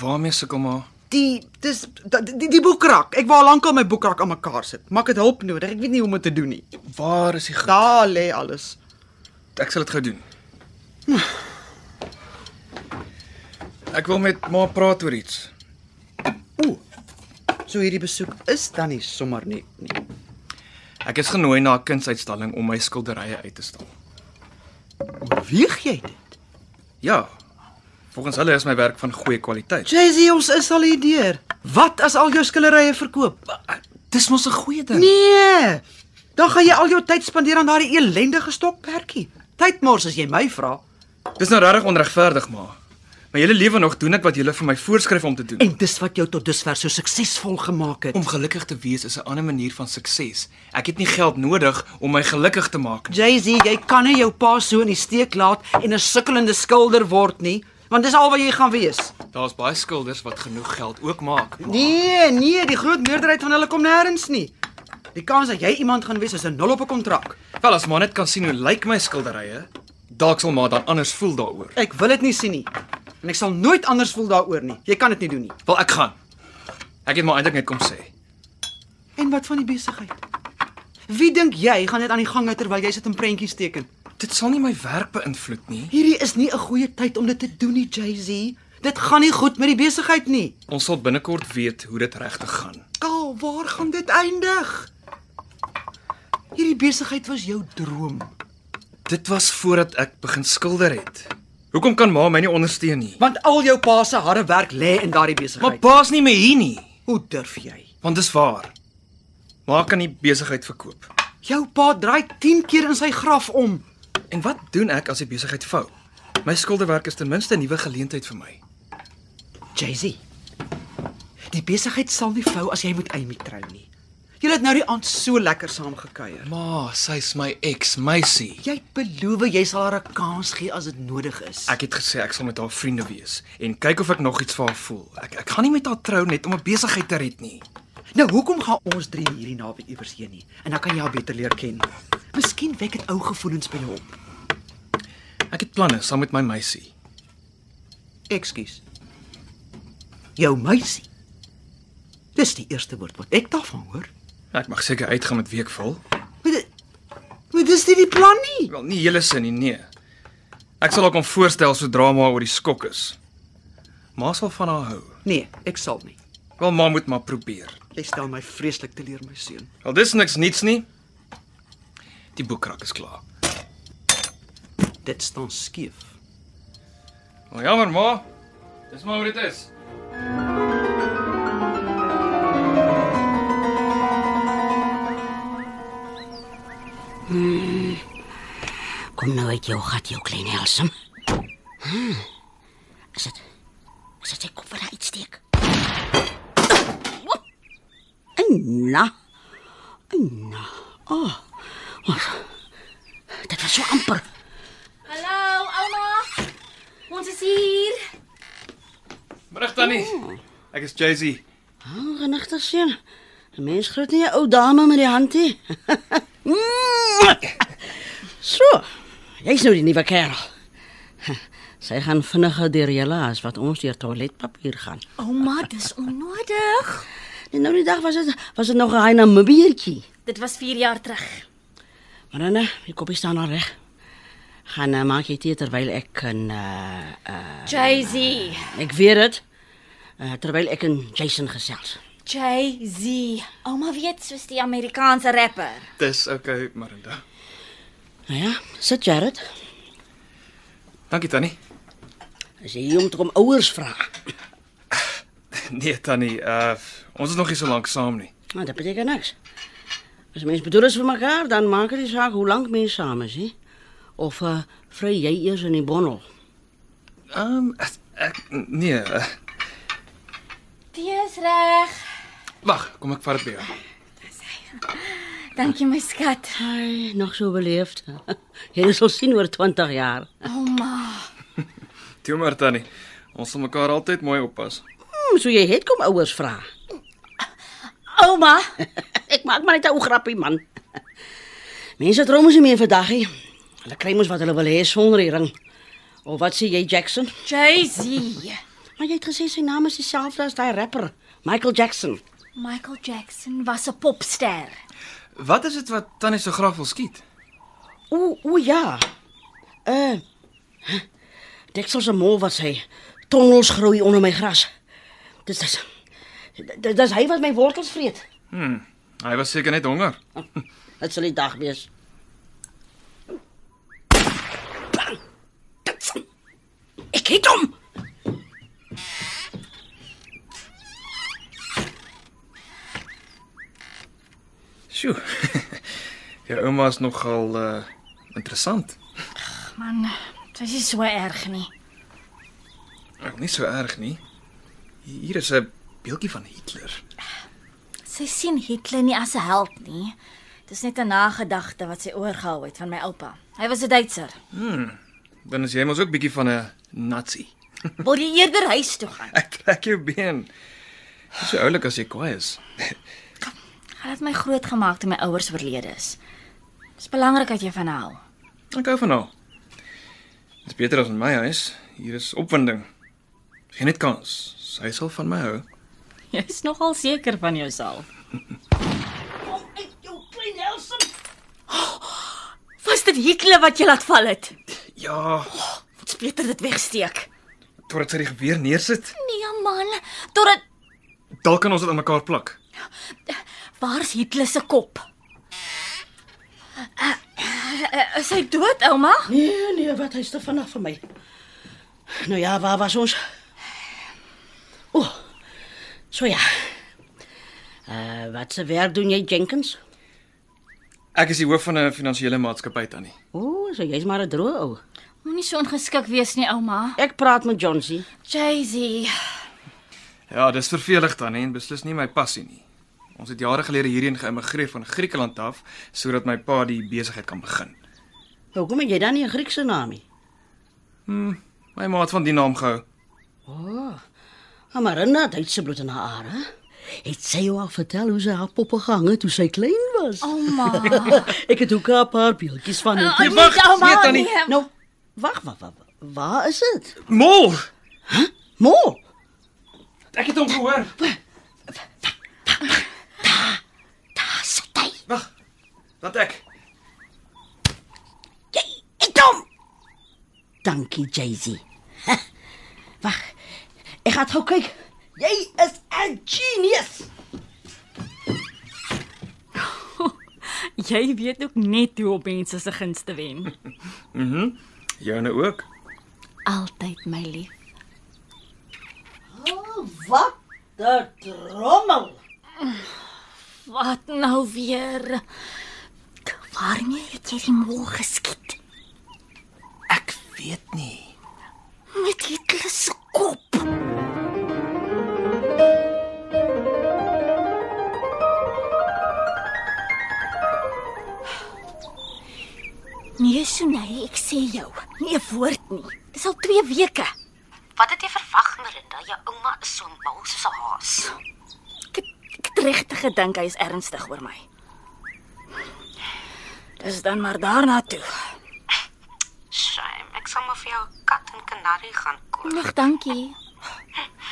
Waarmee sukkel ma? Die dis da- die, die boekrak. Ek wou al lankal my boekrak aan mekaar sit. Maak dit hulp nodig. Ek weet nie hoe om dit te doen nie. Waar is die goed? Daar lê alles. Ek sal dit gou doen. Ek wil met ma praat oor iets. So hierdie besoek is dan nie sommer net nie. Ek is genooi na 'n kunsuitstalling om my skilderye uit te stal. Oorweeg jy dit? Ja. Volgens hulle is my werk van goeie kwaliteit. Jaycee, ons is al hier deur. Wat as al jou skilderye verkoop? Dis mos 'n goeie ding. Nee. Dan gaan jy al jou tyd spandeer aan daardie elendige stokperdjie. Tydmors as jy my vra. Dis nou regtig onregverdig, ma. My hele lewe nog doen ek wat julle vir my voorskryf om te doen. En dis wat jou tot dusver so suksesvol gemaak het. Om gelukkig te wees is 'n ander manier van sukses. Ek het nie geld nodig om my gelukkig te maak nie. Jaycee, jy kan nie jou pa so in die steek laat en 'n sukkelende skilder word nie, want dis al wat jy gaan wees. Daar's baie skilders wat genoeg geld ook maak. ma. Nee, nee, die groot meerderheid van hulle kom nêrens nie. Die kans dat jy iemand gaan wees is 'n nul op 'n kontrak. Wel as maar net kan sien hoe lyk my skilderye, dalk sal maar dan anders voel daaroor. Ek wil dit nie sien nie. En ek sal nooit anders voel daaroor nie. Jy kan dit nie doen nie. Wel ek gaan. Ek het maar eintlik net kom sê. En wat van die besigheid? Wie dink jy gaan dit aan die gang hou terwyl jy sit en prentjies teken? Dit sal nie my werk beïnvloed nie. Hierdie is nie 'n goeie tyd om dit te doen nie, Jay-Z. Dit gaan nie goed met die besigheid nie. Ons sal binnekort weet hoe dit regtig gaan. Kaal, waar gaan dit eindig? Hierdie besigheid was jou droom. Dit was voordat ek begin skilder het. Hoekom kan ma my nie ondersteun nie? Want al jou pa se harde werk lê in daardie besigheid. Maar pa's nie meer hier nie, hoe durf jy? want dis waar. Ma kan nie besigheid verkoop. Jou pa draai 10 keer in sy graf om. En wat doen ek as die besigheid fou? My skilderwerk is ten minste 'n nuwe geleentheid vir my. Jay-Z. Die besigheid sal nie vou as jy met Amy trou nie. Julle het nou die aand so lekker saam gekuier. Ma, sy's my ex-meisie. Jy het beloof jy sal haar 'n kans gee as dit nodig is. Ek het gesê ek sal met haar vriende wees en kyk of ek nog iets vir haar voel. Ek ek gaan nie met haar trou net om 'n besigheid te red nie. nou hoekom gaan ons drie hierdie naweek iewers heen nie? En dan kan jy haar beter leer ken. Miskien wek dit ou gevoelens by jou op. Ek het planne saam met my meisie. Ekskuus. Jou meisie. Dis die eerste woord wat ek daarvan hoor. Ek mag seker uitgaan met Weekvol. Maar dit, maar dis nie die plan nie. Wel, nie hele sin nie, nee. Ek sal haar kom voorstel sodra ma oor die skok is. Ma sal van haar hou. Nee, ek sal nie. Wel, ma moet maar probeer. Jy stel my vreeslik teleur, my seun. Wel, dis niks niets nie. Die boekrak is klaar. Dit staan skeef. Wel jammer maar. Dis maar hoe dit is. Kom nou uit jou gat, jou klein helsem. Hm. Is dit Is dit sy kop wat daar uitsteek? Anna. Anna. Oh. Wat? Dit was so amper. Hallo ouma. Ons is hier. Middag tannie. Ek is Jay-Z. Oh, genigte seun. 'n Mens groet nie 'n ou dame met die hand nie. so. Jy's nou die nuwe kerel. Sy gaan vinniger deur julle as wat ons deur toiletpapier gaan. Ouma, dis onnodig. En nou die dag was dit was dit nog 'n hy na mubiertjie. Dit was 4 jaar terug. Maar dan, eh, my koppie staan al reg. Gaan uh, maak jy tee terwyl ek kan uh, uh, Jay-Z. ek weet dit. Uh, terwyl ek en Jason gesels. Jay-Z. Ouma weet soos die Amerikaanse rapper. Dis okay, Marinda. Nou ja, sit Jared. Dankie tannie. As jy hier om te kom ouers vra. [laughs] Nee tannie, uh ons is nog nie so lank saam nie. Nou, dat beteken niks. As mense bedoel is vir mekaar, dan maak dit nie saak hoe lank mense saam is, hè? Of uh, vry jy eers in die bondel. Ehm um, ek nee. Uh, Dit is reg. Wag, kom ek vat dit by jou. Dankie my skat. Ai, nog so beleefd. [laughs] jy sal sien oor 20 jaar. Ouma. Toe maar tannie. Ons sal mekaar altyd mooi oppas. Hmm, so jy het kom ouers vra. Ouma. Ek maak maar net 'n ou grappie man. [laughs] Mense droom ons nie meer vandag nie. Hulle kry mos wat hulle wil hê sonder die ring. Of wat sê jy Jackson? Jay-Z. Maar jy het gesê sy naam is dieselfde as daai rapper, Michael Jackson. Michael Jackson was 'n popster. Wat is dit wat Tannie so graag wil skiet? O, o ja. Eh. Uh, Deksel se mol was hy. Tongels groei onder my gras. Dis dis. Dis, dis hy wat my wortels vreet. Hm. Hy was seker net honger. Dit sal die dag wees. Bang! Deksel. Ek het hom. Sjoe. [laughs] Jou ouma is nogal uh interessant. Man, dit is so erg nie. Ek nie so erg nie. Hier is 'n beeldjie van Hitler. Sy sien Hitler nie as 'n held nie. Dis net 'n nagedagte wat sy oorgehou het van my oupa. Hy was 'n Duitser. Dan is jy mos ook bietjie van 'n nazi. Wil jy eerder huis toe gaan? Ek trek jou been. Dis so oulik as jy kwaai is. Hulle het my grootgemaak toe my ouers oorlede is. Dit is belangrik dat jy van haar hou. Ek hou van haar. Dit is beter as in my huis. Hier is opwinding. Geen net kans. Sy sal van my hou. Jy's nogal seker van jouself. Kom uit jou klein helsom. [gasps] Was dit Hitler wat jy laat val het? Ja, Moet Peter dit wegsteek. totdat sy die geweer neersit. Nee man, totdat Dalk kan ons dit aan mekaar plak. waar's Hitler se kop? Eh, eh, Is hy dood, ouma? Nee, nee, wat is er vanaf van mij? Nou ja, waar was ons? Oeh, zo ja. Eh, wat ze werk doen jij, Jenkins? Ek is die hoof van 'n finansiële maatskappy tannie. Oeh, zo jij is maar een droe ou. Moenie so ongeskik wees nie, ouma. Ik praat met Johnsy. Jaycee, Ja, dis vervelig tannie en beslis nie my passie nie. Ons het jare gelede hierheen geëmigreer van Griekeland af sodat my pa die besigheid kan begin. Hoekom het Nou, jy dan nie 'n Griekse naam nie? My ma het van die naam gehou. Nee, Ah, maar Renna het Duitse bloed in haar are. Het sy jou al vertel hoe sy haar poppe gehang het toe sy klein was? ouma. [laughs] Ek het ook 'n paar beeldjies van haar. Nee, wag, ah, nee, tannie. Nou, wag, wag, wag. Waar is dit? Mol, Mo, ek het hom gehoor. daar sit hy. Wag. Laat ek. Jy, ek dom. Dankie, Jaycee. Ha, Wag. Ek gaan gou kyk. Jy is 'n genius. [laughs] Jy weet ook net hoe om mense se gunste te wen. Joune ook. Altyd my lief. Wat 'n trommel. Wat nou weer? Waarmee het jy die mol geskiet? Ek weet nie. Met Hitler se kop. Nee, Sunay, ek sê jou, nie 'n woord nie. Dis al 2 weke. Wat het jy verwag, Mirinda? Jou ouma is so mal soos 'n haas. Ek het, ek het regtig gedink hy is ernstig oor my. Dis dan maar daarna toe. Shame. Ek sal maar vir jou 'n kat en kanarie gaan koop. Nog dankie.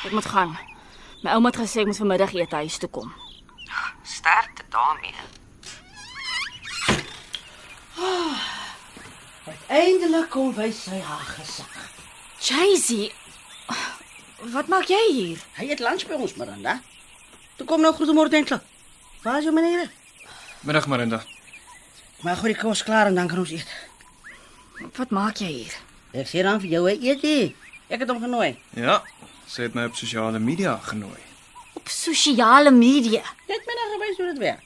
Ek moet gaan. My ouma het gesê ek moet vanmiddag eet huis toe kom. Sterkte daarmee. Eindelik kom wys sy haar gesig. Jaycee, wat maak jy hier? Hy het lunch by ons, Miranda. Toe kom nou groetemôre eintlik. Waar is jou meneer? Middag Marinda. Maar goed, die kos klaar en dan kan ons eet. Wat maak jy hier? Ek sê dan vir jou hy eet jy. Ek het hom genooi. Ja, sy het my op sosiale media genooi. Op sosiale media. Jy het my nou gewys hoe dit werk.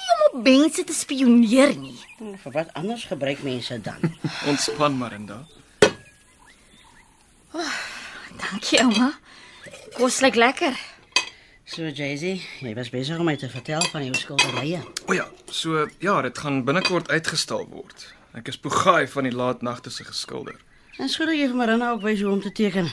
Nie om op mense te spioneer nie. Hm, Vir wat anders gebruik mense [laughs] dan? Ontspan Marinda. Dankie, ouma. Kos lyk lekker. So Jaycee, jy was besig om my te vertel van jou skilderye. O ja, so ja, dit gaan binnekort uitgestal word. Ek is poegaai van die laatnagte se geskilder. En skuld jy vir Marina ook wys hoe om te teken.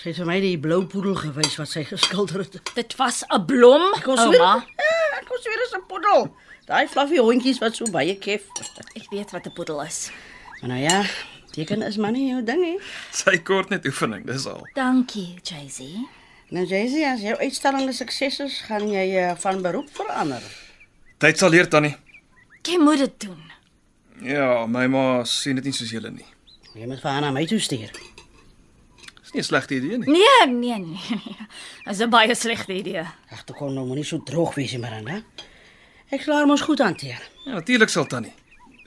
Sy het vir my die blou poedel gewys wat sy geskilder het. Dit was 'n blom, ouma. Ja, ek kon sweer dis 'n poedel. Daai fluffy hondjies wat so baie kef. [laughs] Ek weet wat 'n poedel is. Maar nou ja, teken is maar nie jou ding hè. Sy kort net oefening, dis al. Dankie, Jaycee. Nou Jaycee, as jou uitstelling 'n sukses is, gaan jy eh, van beroep verander. Tyd sal leer tannie. Jy moet dit doen. Ja, my ma sien dit nie soos julle nie. Jy moet vir haar na my toe stuur. Dis nie 'n slegte idee nie. Nee, nee, nee. nee. Dit is 'n baie slegte idee. Ag, toe kon nou moenie so droog wees, Miranda. Ek sal haar mos goed hanteer. Ja, natuurlik sal tannie.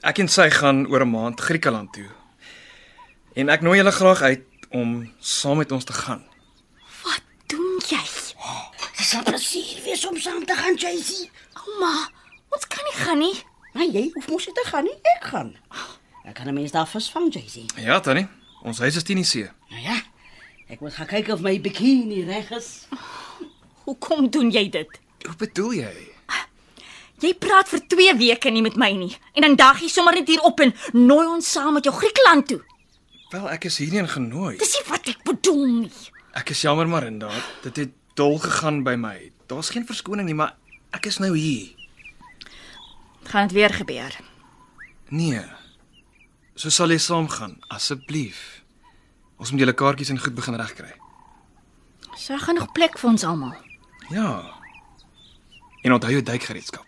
Ek en sy gaan oor 'n maand Griekeland toe. En ek nooi julle graag uit om saam met ons te gaan. Wat doen jy? Dit sal plesier wees om saam te gaan, Jacy. Ouma, ons kan nie gaan nie. Maar jy hoef mos nie te gaan nie, ek gaan. Ek kan 'n mens daar vasvang, Jacy. Ja, tannie. Ons huis is teen die see. Nou ja. Ek moet gaan kyk of my bikini reg is. Hoekom doen jy dit? Hoe bedoel jy? Jy praat vir 2 weke nie met my nie en dan dag jy sommer net hier op en nooi ons saam met jou Griekeland toe. Wel, ek is hierheen genooi. Dis nie wat ek bedoel nie. Ek is jammer maar inderdaad, dit het dol gegaan by my. Daar's geen verskoning nie, maar ek is nou hier. Gaan dit weer gebeur? Nee. So sal jy saamgaan, asseblief. Ons moet julle kaartjies en goed begin regkry. Sy gaan nog plek vir ons almal. Ja. En onthou jou duikgereedskap.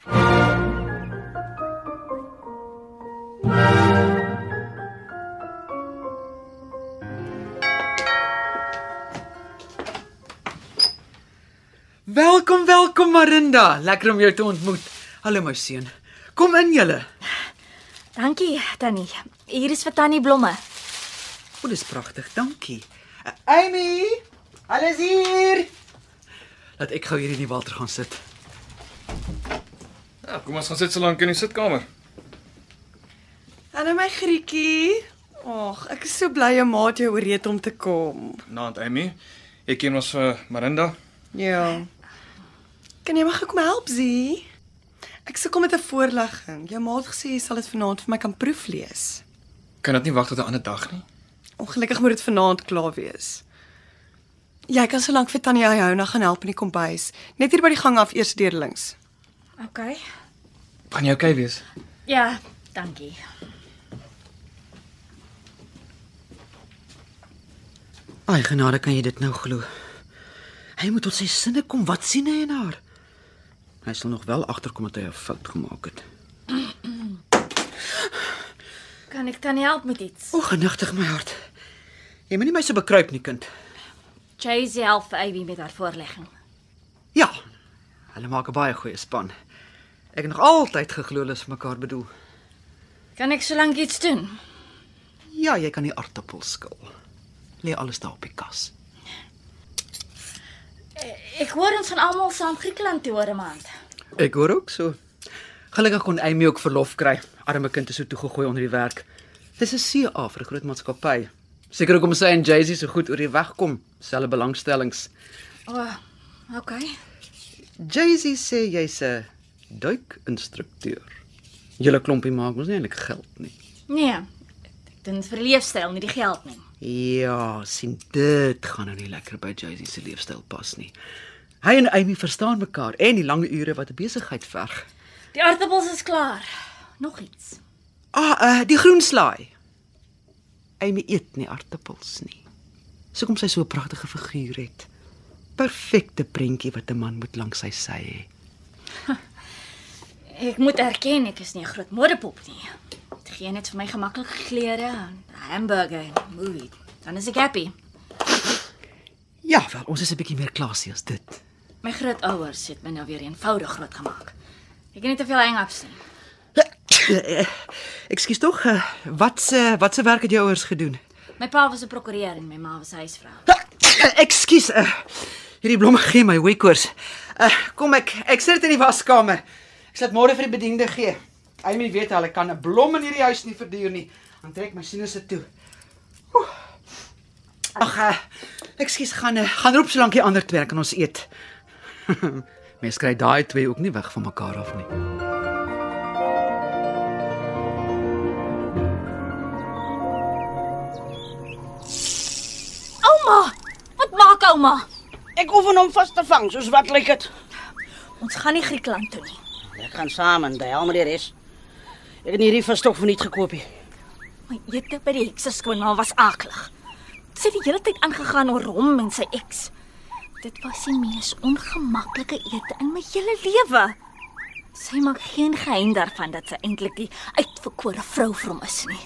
Welkom, welkom Marinda. Lekker om jou te ontmoet. Hallo my seun. Kom in julle. Dankie, Tannie. Hier is vir Tannie blomme. O, dis pragtig. Dankie. Uh, Amy, alles hier. Laat ek gou hier in die water gaan sit. Ja, kom ons gaan sit so lank in die sitkamer. Hallo my Griekie. Ag, ek is so bly jou ma het jou oorreed om te kom. Naand Amy, ek ken ons vir Marinda. Ja. Kan jy my gou kom help, Sie? Ek sukkel met 'n voorlegging. Jou ma het gesê jy sal dit vanaand vir my kan proef lees. Kan dit nie wag tot 'n ander dag nie? Ongelukkig moet dit vanaand klaar wees. Jy kan solank vir Tannie Ayona gaan help in die kombuis, net hier by die gang af eers deur links. OK. Gaan jy oukei okay wees? Ja, dankie. Ai genade, kan jy dit nou glo? Hy moet tot sy sinne kom. Wat sien hy in haar? Hy sal nog wel agterkom dat hy 'n fout gemaak het. Kan ek Tannie help met iets? O, genigtig my hart. Jy moenie my so bekruip nie, kind. Chase help vir Ivy met haar voorlegging. Ja. Hulle maak 'n baie goeie span. Ek het nog altyd geglo hulle is vir mekaar bedoel. Kan ek solank iets doen? Ja, jy kan die aartappel skil. Lê alles daar op die kas. Ek hoor ons gaan almal saam Griekeland toe oor 'n maand. Ek hoor ook so. Gelukkig kon Amy ook verlof kry. Arme kind is so toegegooi onder die werk. Dis 'n CA vir 'n groot maatskappy. Seker hoekom sy en Jay-Z so goed oor die weg kom, selfe belangstellings. O, oh, OK. Jay-Z sê jy's 'n duikinstrukteur. Julle klompie maak mos nie eintlik geld nie. Nee. Ek doen dit vir leefstyl, nie die geld nie. Ja, sien dit gaan nou nie lekker by Jay-Z se leefstyl pas nie. Hy en Amy verstaan mekaar en die lange ure wat 'n besigheid verg. Die aartappels is klaar. Nog iets. Ah, uh, die groen slaai. Amy eet nie aartappels nie. So kom sy so 'n pragtige figuur het. Perfekte prentjie wat 'n man moet langs sy sy hê. Ek moet erken ek is nie 'n groot modepop nie. Dit gee net vir my gemaklike klere, 'n hamburger, 'n movie. Dan is ek happy. Ja, wel, ons is 'n bietjie meer klasie as dit. My grootouers het my nou weer eenvoudig groot gemaak. Ek het net te veel hang-ups nie. Eh, Ekskuus tog, eh, wat se wat se werk het jou ouers gedoen? My pa was 'n prokureur en my ma was 'n huisvrou. Ekskuus. eh, Hierdie blomme gee my hoekoors. Eh, Kom ek ek sit dit in die waskamer. Ek sal dit môre vir die bediende gee. Amy weet hulle kan 'n blom in hierdie huis nie verduur nie. Dan trek my sinusse toe. Oeh. Ag, eh, ekskuus, gaan eh, gaan roep solank die ander twee kan ons eet. [laughs] Mens kry daai twee ook nie weg van mekaar af nie. Ouma, wat maak ouma? Ek oefen hom vas te vang, soos wat lyk dit. Ons gaan nie Griekeland toe nie. Ek gaan saam en by hom die res. Ek het hierdie verstof van nie gekoop nie. My ete by die hekse skoonma was aklig. Sy het die hele tyd aangegaan oor hom en sy ex. Dit was die mees ongemaklike ete in my hele lewe. Sy maak geen geheim daarvan dat sy eintlik die uitverkore vrou vir hom is nie.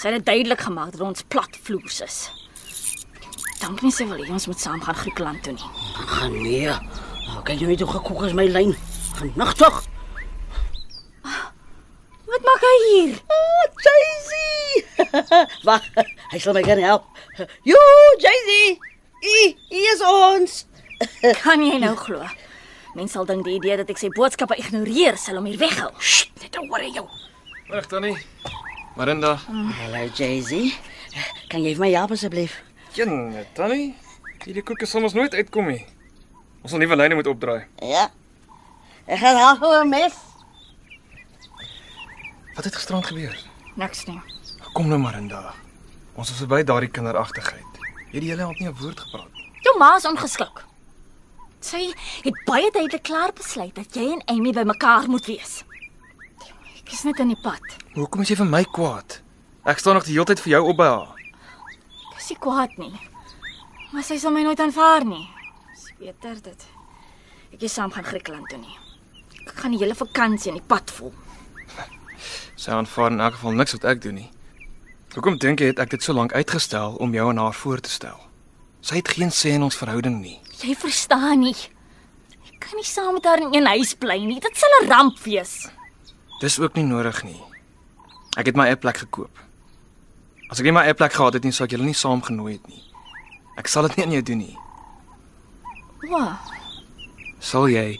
Sy het dit duidelik gemaak dat ons platvloers is. Dank nie sy wil hê ons moet saam gaan Griekeland toe nie. Ag nee. Nou, kyk jy net hoe gekook is my lyn. Genigtig. Wat maak hy hier? Oh, Jay-Z. [laughs] Wag, hy sal my kan help. Jo, Jay-Z. Hier hier is ons. Kan jy nou glo? Mense sal dink die idee dat ek sy boodskappe ignoreer sal hom hier weghou. Sst, net hoor jy jou. Reg tannie. Marinda. Hallo Jay-Z. Kan jy vir my help asseblief? Jenne, tannie. Hierdie koeke sal ons nooit uitkom nie. Ons sal nuwe lyne moet opdraai. Ja. Ek gaan help met 'n mes. Wat het gisterand gebeur? Niks nie. Kom nou Marinda. Ons is verby daardie kinderagtigheid. Hierdie hele het nie 'n woord gepraat nie. Jou ma is ongeskik. Sy het baie duidelik klaar besluit dat jy en Amy bymekaar moet wees. Ek is net aan die pad. Maar Hoekom is jy vir my kwaad? Ek staan nog die hele tyd vir jou op by haar. Ek is nie kwaad nie. Maar sy sal my nooit aanvaar nie. Dis beter dit. Ek is saam gaan Griekeland toe nie. Ek gaan die hele vakansie in die pad vol. Sy aanvaar in elk geval niks wat ek doen nie. Hoekom dink jy het ek dit so lank uitgestel om jou aan haar voor te stel? Sy het geen sê in ons verhouding nie. Jy verstaan nie. Ek kan nie saam met haar in een huis bly nie. Dit sal 'n ramp wees. Dis ook nie nodig nie. Ek het my eie plek gekoop. As ek nie my eie plek gehad het nie, sou ek julle nie saamgenooi het nie. Ek sal dit nie aan jou doen nie. Wow. Sal jy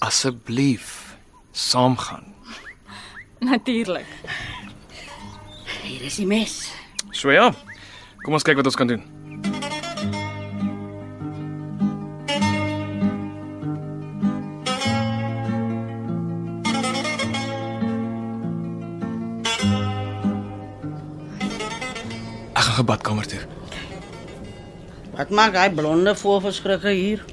asseblief saamgaan? Natuurlik. Hier is die mes. So ja. Kom ons kyk wat ons kan doen. Ek gaan gebadkamer toe. Wat maak hy blonde voor verskrikke hier?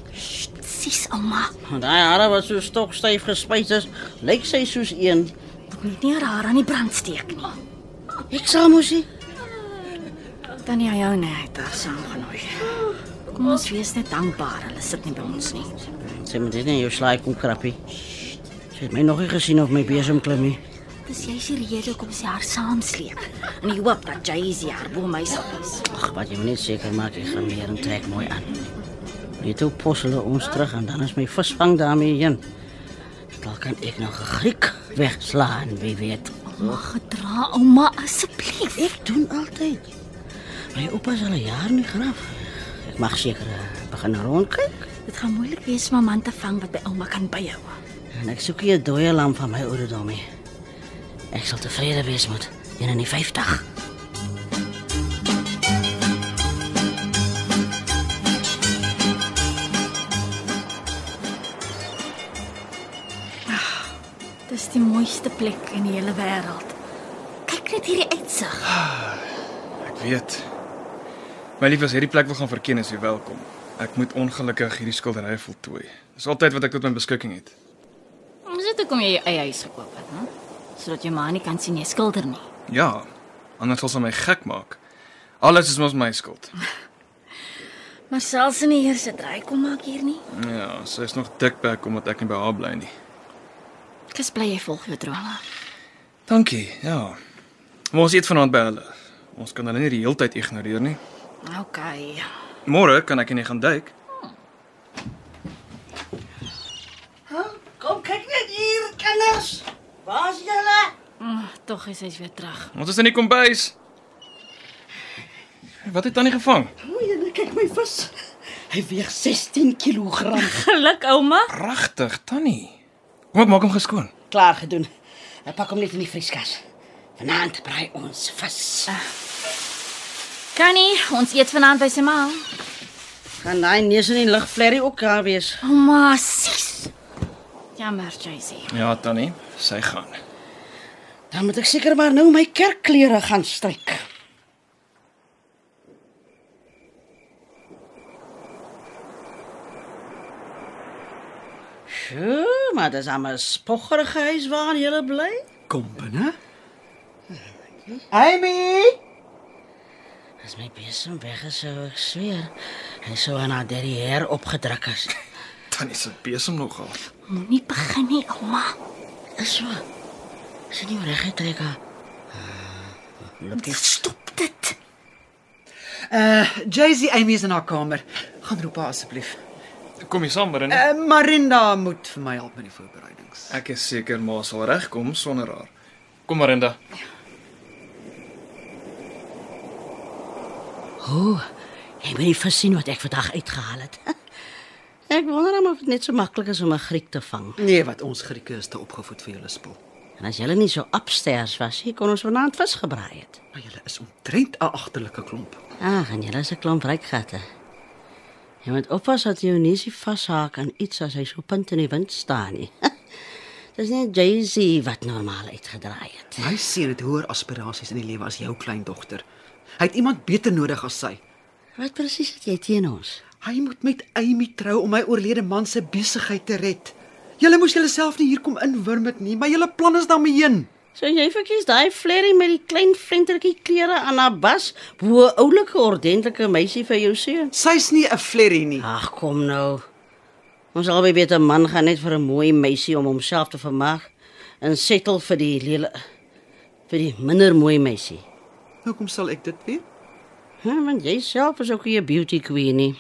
Sis ouma, Want daai hare wat so stokstyf gespuis is, lyk sy soos een. moet net nie haar haar aan die brand steek nie. Ek sal mos sien. Tannie Ayane het haar saamgenooi. Kom ons wees net dankbaar hulle sit nie by ons nie. Sy moet dit nie jou slaai kom krappie. Sy het my nog nie gesien of my besem klim nie. Dis jy se rede hoekom sy haar saamsleep in die hoop dat Jaysie haar bo my sal pas. Ag, wat jy moet net seker maak jy gaan weer en trek mooi aan. Net toe pos hulle ons terug en dan is my visvang daarmee heen. Dan kan ek nog 'n Griek wegslaan, wie weet. Mag gedra ouma asseblief. Ek doen altyd. My oupa is al 'n jaar in die graf. Ek mag seker eh, begin rondkyk. Dit gaan moeilik wees om 'n man te vang wat by ouma kan byhou. En ek soek hier 'n dooie lam van my ouderdom hier. Ek sal tevrede wees met 51. Dis die mooiste plek in die hele wêreld. Kyk net hierdie uitsig. Ek weet. My lief, as hierdie plek wil gaan verken, is jy welkom. Ek moet ongelukkig hierdie skilderye voltooi. Dis altyd wat ek tot my beskikking het. Ons het hoekom jy jou eie huis gekoop het, hè? Sodat jou ma nie kan sien jy skilder nie. Ja, anders sal sy my gek maak. Alles is mos my skuld. Maar selfs in die eerste draai kom maak hier nie. Ja, sy is nog dikbek omdat ek nie by haar bly nie. Ek is bly jy volg jou drome. Dankie. Ja. Maar ons eet vanaand by hulle. Ons kan hulle nie die hele tyd ignoreer nie. OK. Môre kan ek en jy gaan duik. Kom kyk net hier, kinders. Waar is julle? Mm, Tog is hy's weer terug. [laughs] Ons is in die kombuis. Wat het tannie gevang? Mooi, julle kyk my vis. Hy weeg 16 kg. Geluk ouma. Pragtig, tannie. Kom ek maak hom geskoon. Klaar gedoen. Ek pak hom net in die vrieskas. Vanaand braai ons vis. Connie, ons eet vanaand by sy ma. Gaan daai neus in die lug flerry ook daar wees. Ouma, sis. Jammer, Jaycee. Ja, tannie, sy gaan. Dan moet ek seker maar nou my kerkklere gaan stryk. Sjoe, maar dis 'n spoggerige huis waarin jy bly. Kom binne. Amy! As my besem weg is, sou ek sweer, hy sou aan haar derrière opgedruk is. Tannie se besem nogal. Moenie begin nie, ouma. Is so. Is dit nie reg het trek haar? Stop dit. Uh, Jaycee Amy is in haar kamer. Gaan roep haar asseblief. Kom jy saam, Marinda? Uh, Marinda moet vir my help met die voorbereidings. Ek is seker ma sal regkom sonder haar. Eh. Kom Marinda. O, jy moet nie versien wat ek vandag uitgehaal het. [laughs] Ek wonder hom of dit net so maklik is om 'n griek te vang. Nee, wat ons Grieke is te opgevoed vir julle spul. En as jy nie so upstairs was, jy kon ons vanaand vis gebraai het. Maar julle is omtrent 'n agterlike klomp. Ag, en jy is 'n klomp rykgatte. Jy moet oppas dat jy jou nie se vashaak aan iets as hy so punt in die wind staan nie. [laughs] Dis net Jay-Z wat normaal uitgedraai het. My seun het hoër aspirasies in die lewe as jou kleindogter. Hy het iemand beter nodig as sy. Wat presies het jy teen ons? Hy moet met Amy trou om my oorlede man se besigheid te red. Julle moes julleself nie hier kom inwurm het nie, maar julle plan is daarmee heen. So jy verkies daai flerry met die klein flentertjie klere aan haar bas, bo 'n oulike ordentlike meisie vir jou seun. Sy's nie 'n flerry nie. Ag, kom nou. Ons albei weet 'n man gaan net vir 'n mooi meisie om homself te vermaak en settle vir die lele vir die minder mooi meisie. Hoekom sal ek dit weet? Hm, want jy self is ook nie 'n beauty queen nie.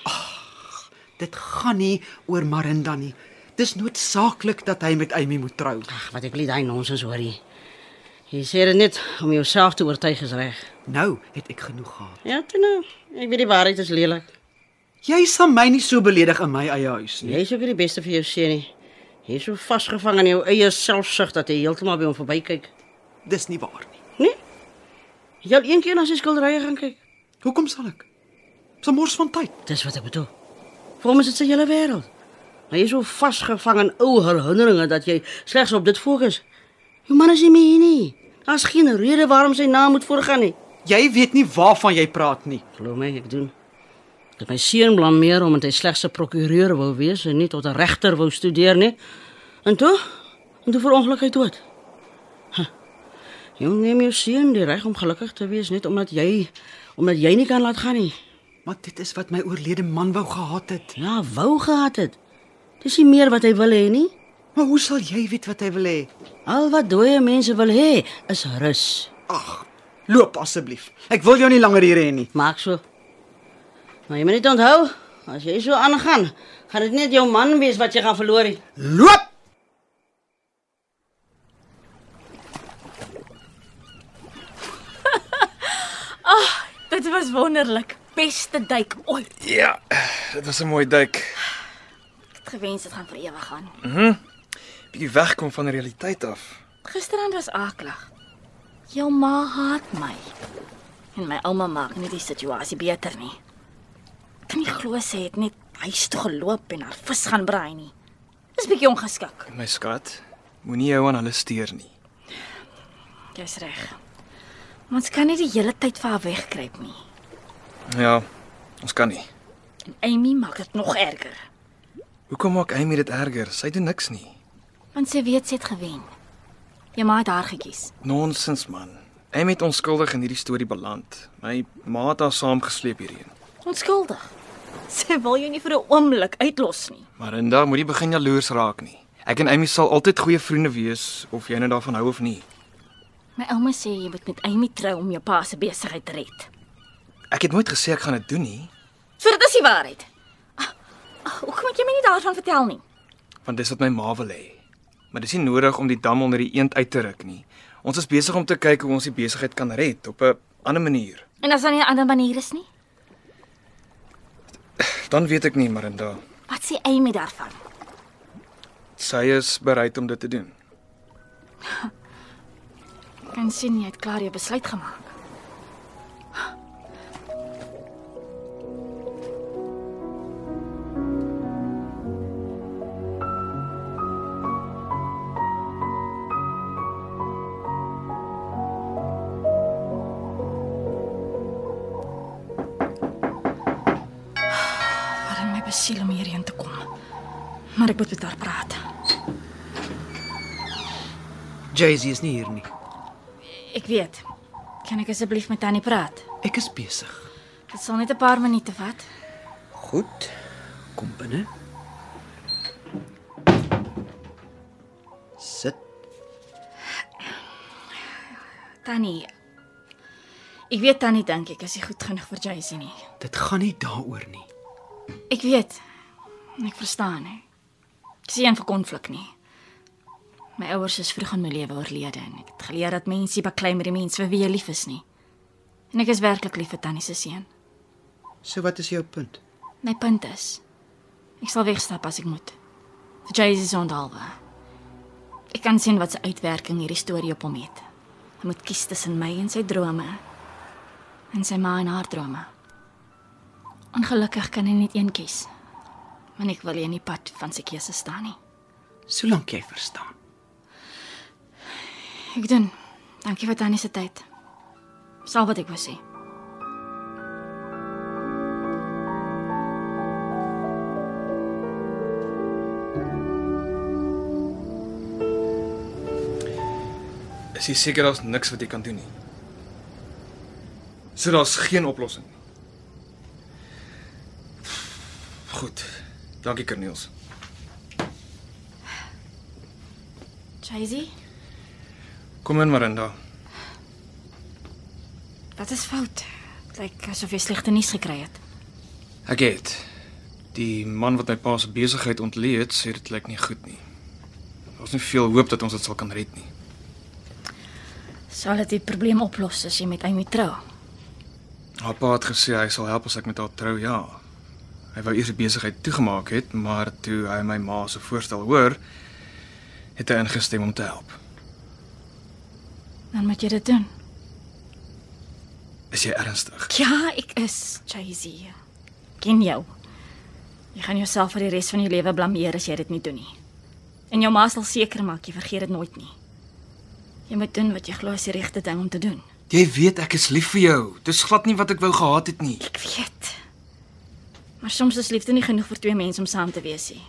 Dit gaan nie oor Marinda nie. Dis noodsaaklik dat hy met Amy moet trou. Ag, wat ek wil nie daai nonsens hoor nie. Jy sê dit net om jouself te oortuig is reg. Nou het ek genoeg gehad. Ja, toe nou. Ek weet die waarheid is lelik. Jy sal my nie so beledig in my eie huis nie. Jy's ook nie die beste vir jou seun nie. Jy's so vasgevang in jou eie selfsug dat jy heeltemal by hom verbykyk. Dis nie waar nie. Nee. Jy het eendag na sy skilderye gaan kyk. Hoekom sal ek? Dis 'n mors van tyd. Dis wat ek bedoel. Vir hom is dit sy hele wêreld. Hy is so vasgevang in ou herinneringe dat jy slegs op dit fokus. Jou man is nie meer hier nie. Daar's geen rede waarom sy naam moet voorgaan nie. Jy weet nie waarvan jy praat nie. Glo my, ek doen. Ek het my seun blameer omdat hy slegs 'n prokureur wou wees en nie tot 'n regter wou studeer nie. En toe, en toe verongeluk hy dood. Huh. Jy neem jou seun die reg om gelukkig te wees net omdat jy omdat jy nie kan laat gaan nie. Maar dit is wat my oorlede man wou gehad het. Ja, wou gehad het. Dis nie meer wat hy wil hê nie. Maar hoe sal jy weet wat hy wil hê? Al wat dooie mense wil hê is rus. Ag, loop asseblief. Ek wil jou nie langer hier hê nie. Maak so. Maar jy moet net onthou, as jy so aangaan, gaan dit net jou man wees wat jy gaan verloor. hê. Loop. Dit was wonderlik. Beste duik ooit. Ja, dit was 'n mooi duik. Ek het gewens dit gaan vir ewig gaan. Bietjie wegkom van die realiteit af. Gisterand was aklig. Jou ma haat my. En my ouma maak nie die situasie beter nie. Kan nie glo sy het net huis toe geloop en haar vis gaan braai nie. Dis bietjie ongeskik. My skat, moenie jou aan hulle steur nie. Jy's reg. Ons kan nie die hele tyd vir haar wegkruip nie. Ja, ons kan nie. En Amy maak dit nog erger, Hoekom maak Amy dit erger? Sy doen niks nie. want sy weet sy het gewen. Jy ma het haar gekies. Nonsens man. Amy het onskuldig in hierdie storie beland. My ma het haar saamgesleep hierheen. Onskuldig. Sy wil jou nie vir 'n oomblik uitlos nie. Marinda, moenie begin jaloers raak nie. Ek en Amy sal altyd goeie vriende wees of jy nou daarvan hou of nie. My ouma sê jy moet met Amy trou om jou pa se besigheid te red. Ek het nooit gesê ek gaan dit doen nie, So dit is die waarheid. Ah, ah, Hoekom het jy my nie daarvan vertel nie? want dis wat my ma wil hê. Maar dis nie nodig om die dam onder die eend uit te ruk nie. Ons is besig om te kyk hoe ons die besigheid kan red op 'n ander manier. En as daar nie 'n ander manier is nie? Dan weet ek nie, Marinda. Wat sê Amy daarvan? Sy is bereid om dit te doen. Kan sien jy het klaar jou besluit gemaak. Waarin my besiel om hierheen te kom. Maar ek moet met haar praat. Jaycee is nie hier nie. Ek weet. Kan ek asseblief met Tannie praat? Ek is besig. Dit sal net 'n paar minute vat. Goed. Kom binne. Tannie. Ek weet tannie dink ek is nie goed genoeg vir Jason nie. Dit gaan nie daaroor nie. Ek weet. En Ek verstaan hè. Ek is nie een vir konflik nie. My ouers is vroeg in my lewe oorlede en ek het geleer dat mense nie baklei met die mense vir wie jy lief is nie. En ek is werklik lief vir Tannie se seun. So wat is jou punt? My punt is ek sal wegstap as ek moet. Vir Jason se onthaalwe. Ek kan sien wat se uitwerking hierdie storie op hom het. Hy moet kies tussen my en sy drome en sy ma en haar drome. Ongelukkig kan hy net een kies. Maar ek wil nie in die pad van sy keuse staan nie. Solank jy verstaan. Ek doen. Dankie vir tannie se tyd. Sal wat ek wou sê. Is jy seker daar's niks wat jy kan doen nie? So daar's geen oplossing nie. Goed. Dankie Corneels. Jaycee, Kom in Marinda. wat is fout? Dit lyk asof jy slegte nuus gekry het. Ek het die man wat my pa se besigheid ontleed het, sê dit lyk nie goed nie. Daar's nie veel hoop dat ons dit sal kan red nie. Sal dit die probleem oplos as jy met Amy trou? Haar pa het gesê hy sal help as ek met haar trou, ja. Hy wou eers die besigheid toegemaak het, maar toe hy my ma se voorstel hoor, het hy ingestem om te help. Dan moet jy dit doen. Is jy ernstig? Ja, ek is Jaycee. Ken jou. Jy gaan jouself vir die res van jou lewe blameer as jy dit nie doen nie. En jou ma sal seker maak jy vergeet dit nooit nie. Jy moet doen wat jy glo is die regte ding om te doen. Jy weet ek is lief vir jou. Dis glad nie wat ek wou gehad het nie. Ek weet. Maar soms is liefde nie genoeg vir twee mense om saam te wees nie.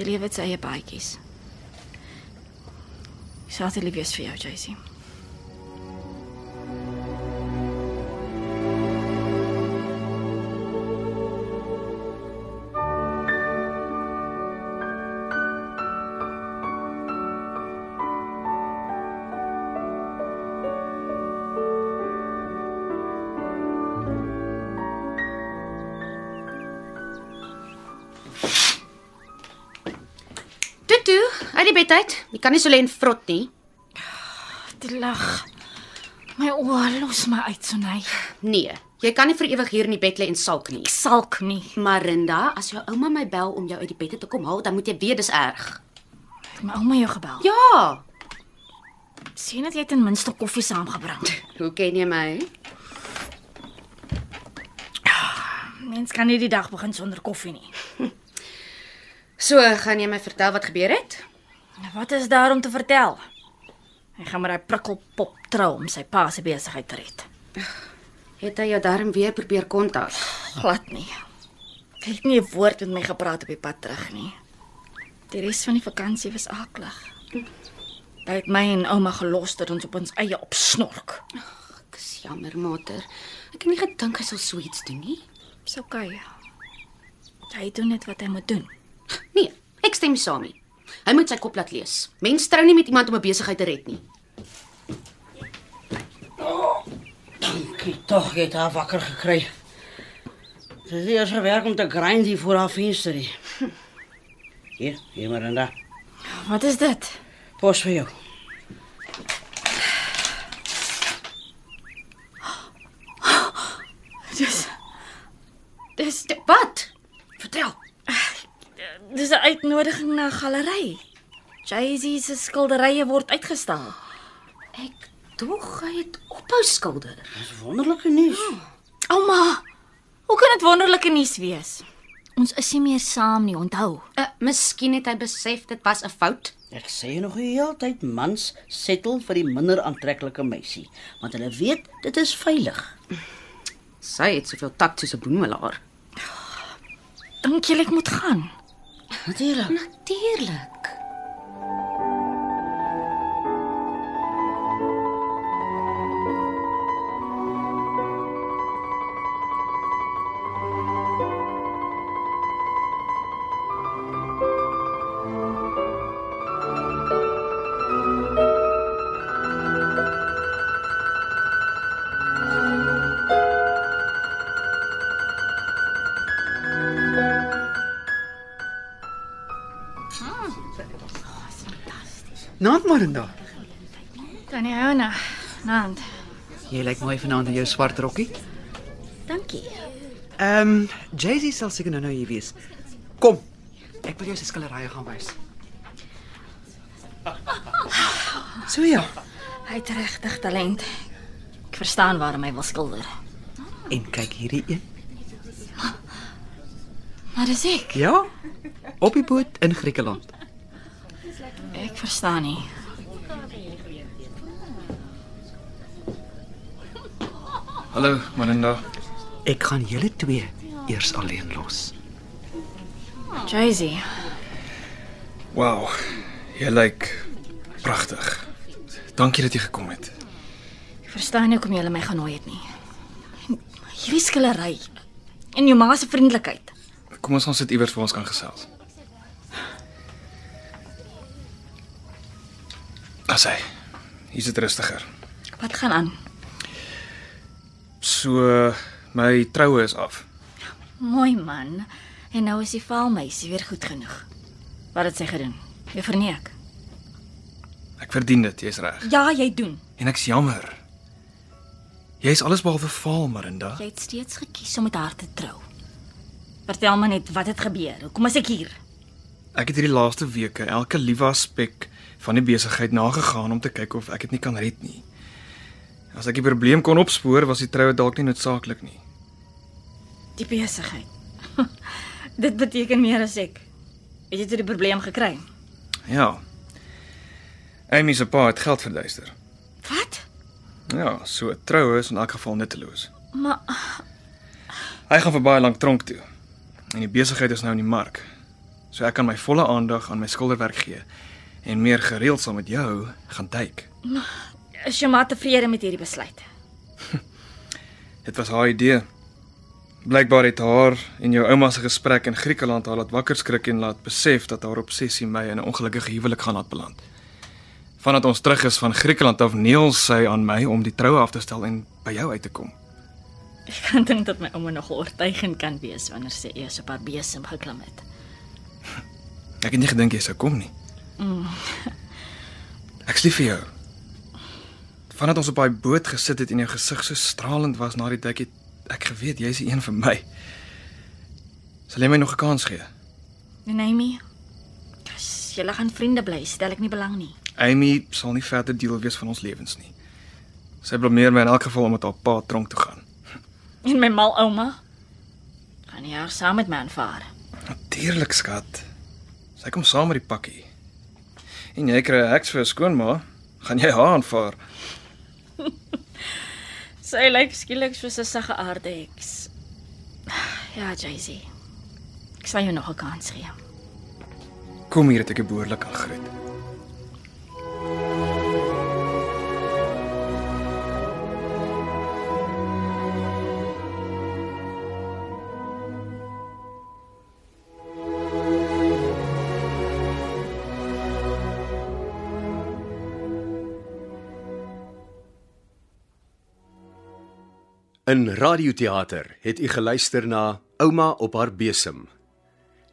Die lewe het sy eie paadjies. Ek sal altyd lief wees vir jou, Jacy. Toe toe, uit die bed uit. Jy kan nie so lê en vrot nie. Die lag. My oor los my uit so net. Nee, jy kan nie vir ewig hier in die bed lê en salk nie. Ek salk nie. Marinda, as jou ouma my bel om jou uit die bed te kom haal, dan moet jy weet dis erg. Het my ouma jou gebel. Ja. Sien dat jy ten minste koffie saamgebring. Hoe ken jy my? Mens kan nie die dag begin sonder koffie nie. So, gaan jy my vertel wat gebeur het? Nou, Wat is daar om te vertel? Hy gaan maar hy prikkelpop trou om sy pa se besigheid te red. Het hy jou darm weer probeer kontak? glad nie. Hy het nie 'n woord met my gepraat op die pad terug nie. Die res van die vakansie was aklig. Hy het my en ouma gelos dat ons op ons eie opsnork. Ek is jammer, mater. Ek het nie gedink hy sou so iets doen nie. Dis okay. Hy doen net wat hy moet doen. Nee, ek stem saam mee. Hy moet sy kop laat lees. Mense trou nie met iemand om 'n besigheid te red nie. Dankie tog, jy het haar wakker gekry. Sy het eers gewerk om te grind hier voor haar venster. hier. Hier, hier Miranda. Wat is dit? Pos vir jou. Dis Dis Wat? Vertel. dis 'n uitnodiging na 'n galery. Jay-Z se skilderye word uitgestal. Ek dog hy het ophou skilder. Dis wonderlike nuus. Ouma, hoe kan dit wonderlike nuus wees? Ons is nie meer saam nie, onthou. Uh, miskien het hy besef dit was 'n fout. Ek sê nog die hele tyd mans settle vir die minder aantreklike meisie, want hulle weet dit is veilig. Sy het soveel takt soos 'n boemelaar. Dink jy ek moet gaan? Natuurlik. Natuurlik. Naand Marinda. Kan jy hou na? Nand. Jy lyk mooi vanaand in jou swart rokkie. Dankie. Ehm, um, Jay-Z sal seker nou nou hier wees. Kom. Ek wil jou se skilderye gaan wys. So ja, Hy het regtig talent. Ek verstaan waarom hy wil skilder. en kyk hierdie een. Maar dis ek. Ja. Op die boot in Griekeland. Ek verstaan nie. Hallo, Marinda. Ek gaan julle twee eers alleen los. Jay-Z, Wow. Jy lyk pragtig. Dankie dat jy gekom het. ek verstaan nie hoekom jy hulle my genooi het nie. Hierdie skillery en jou ma se vriendelikheid. Kom ons gaan sit iewers waar ons kan gesels. Asai. Hier sit rustiger. Wat gaan aan? So my troue is af. Mooi man. En nou is die valmeisie weer goed genoeg. Wat het sy gedoen? Jy verneek. Ek verdien dit, jy's reg. Ja, jy doen. En ek's jammer. Jy's alles behalwe vaal, Marinda. Jy het steeds gekies om met haar te trou. Vertel my net wat het gebeur. Hoekom is ek hier? Ek het hierdie laaste weke elke liewe aspek van die besigheid nagegaan om te kyk of ek dit nie kan red nie. As ek die probleem kon opspoor, was die troue dalk nie noodsaaklik nie. Die besigheid. [laughs] Dit beteken meer as ek. Het jy toe die probleem gekry? Ja. Amy se pa het geld verduister. Wat? Ja, so 'n troue is in elk geval nutteloos. Maar Hy gaan vir baie lank tronk toe. En die besigheid is nou in die mark. So ek kan my volle aandag aan my skilderwerk gee en meer gereeld saam met jou gaan duik. is jy maar tevrede met hierdie besluit? Dit was haar idee. Blykbaar het haar en jou ouma se gesprek in Griekeland haar laat wakker skrik en laat besef dat haar obsessie my in 'n ongelukkige huwelik gaan laat beland. Vandat ons terug is van Griekeland af neel sy aan my om die troue af te stel en by jou uit te kom. Ek kan dink dat my ouma nog oortuigend kan wees wanneer sy eers op haar besem geklim het. Ek het nie gedink jy sou kom nie. Ek's lief vir jou. Vandat ons op daai boot gesit het en jou gesig so stralend was na die duik het ek geweet jy's die een vir my. Sal jy my nog 'n kans gee? En Amy, as julle gaan vriende bly, stel ek nie belang nie. Amy sal nie verder deel wees van ons lewens nie. Sy blameer my in elk geval om met haar pa tronk toe gaan. En my mal ouma gaan nie haar saam met my aanvaar. Natuurlik, skat. Sy kom saam met die pakkie. En jy kry 'n heks vir 'n skoonma, gaan jy haar aanvaar. Sy lyk skielik soos 'n sagge aarde heks. Ja, Jaycee. Ek sal jou nog 'n kans gee. Kom hier, het ek jou behoorlik aangroet. In radioteater het u geluister na Ouma op haar besem.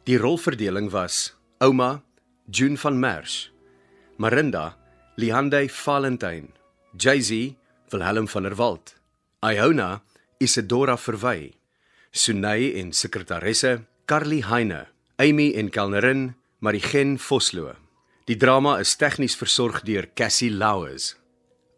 Die rolverdeling was Ouma June van Merwe, Marinda Lihandey Valentine, Jayzy Wilhelm van der Walt, Iona Isidora Verwy, Sunay en sekretaresse Carly Heine, Amy en kelnerin Marigen Vosloo. Die drama is tegnies versorg deur Cassie Louws.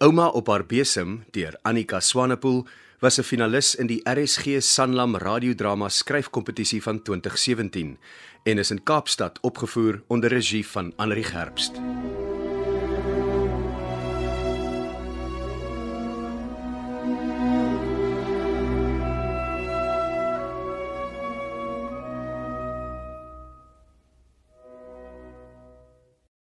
Ouma op haar besem deur Annika Swanepoel was 'n finalis in die RSG Sanlam radiodrama skryfkompetisie van 2017 en is in Kaapstad opgevoer onder regie van Anri Gerbst.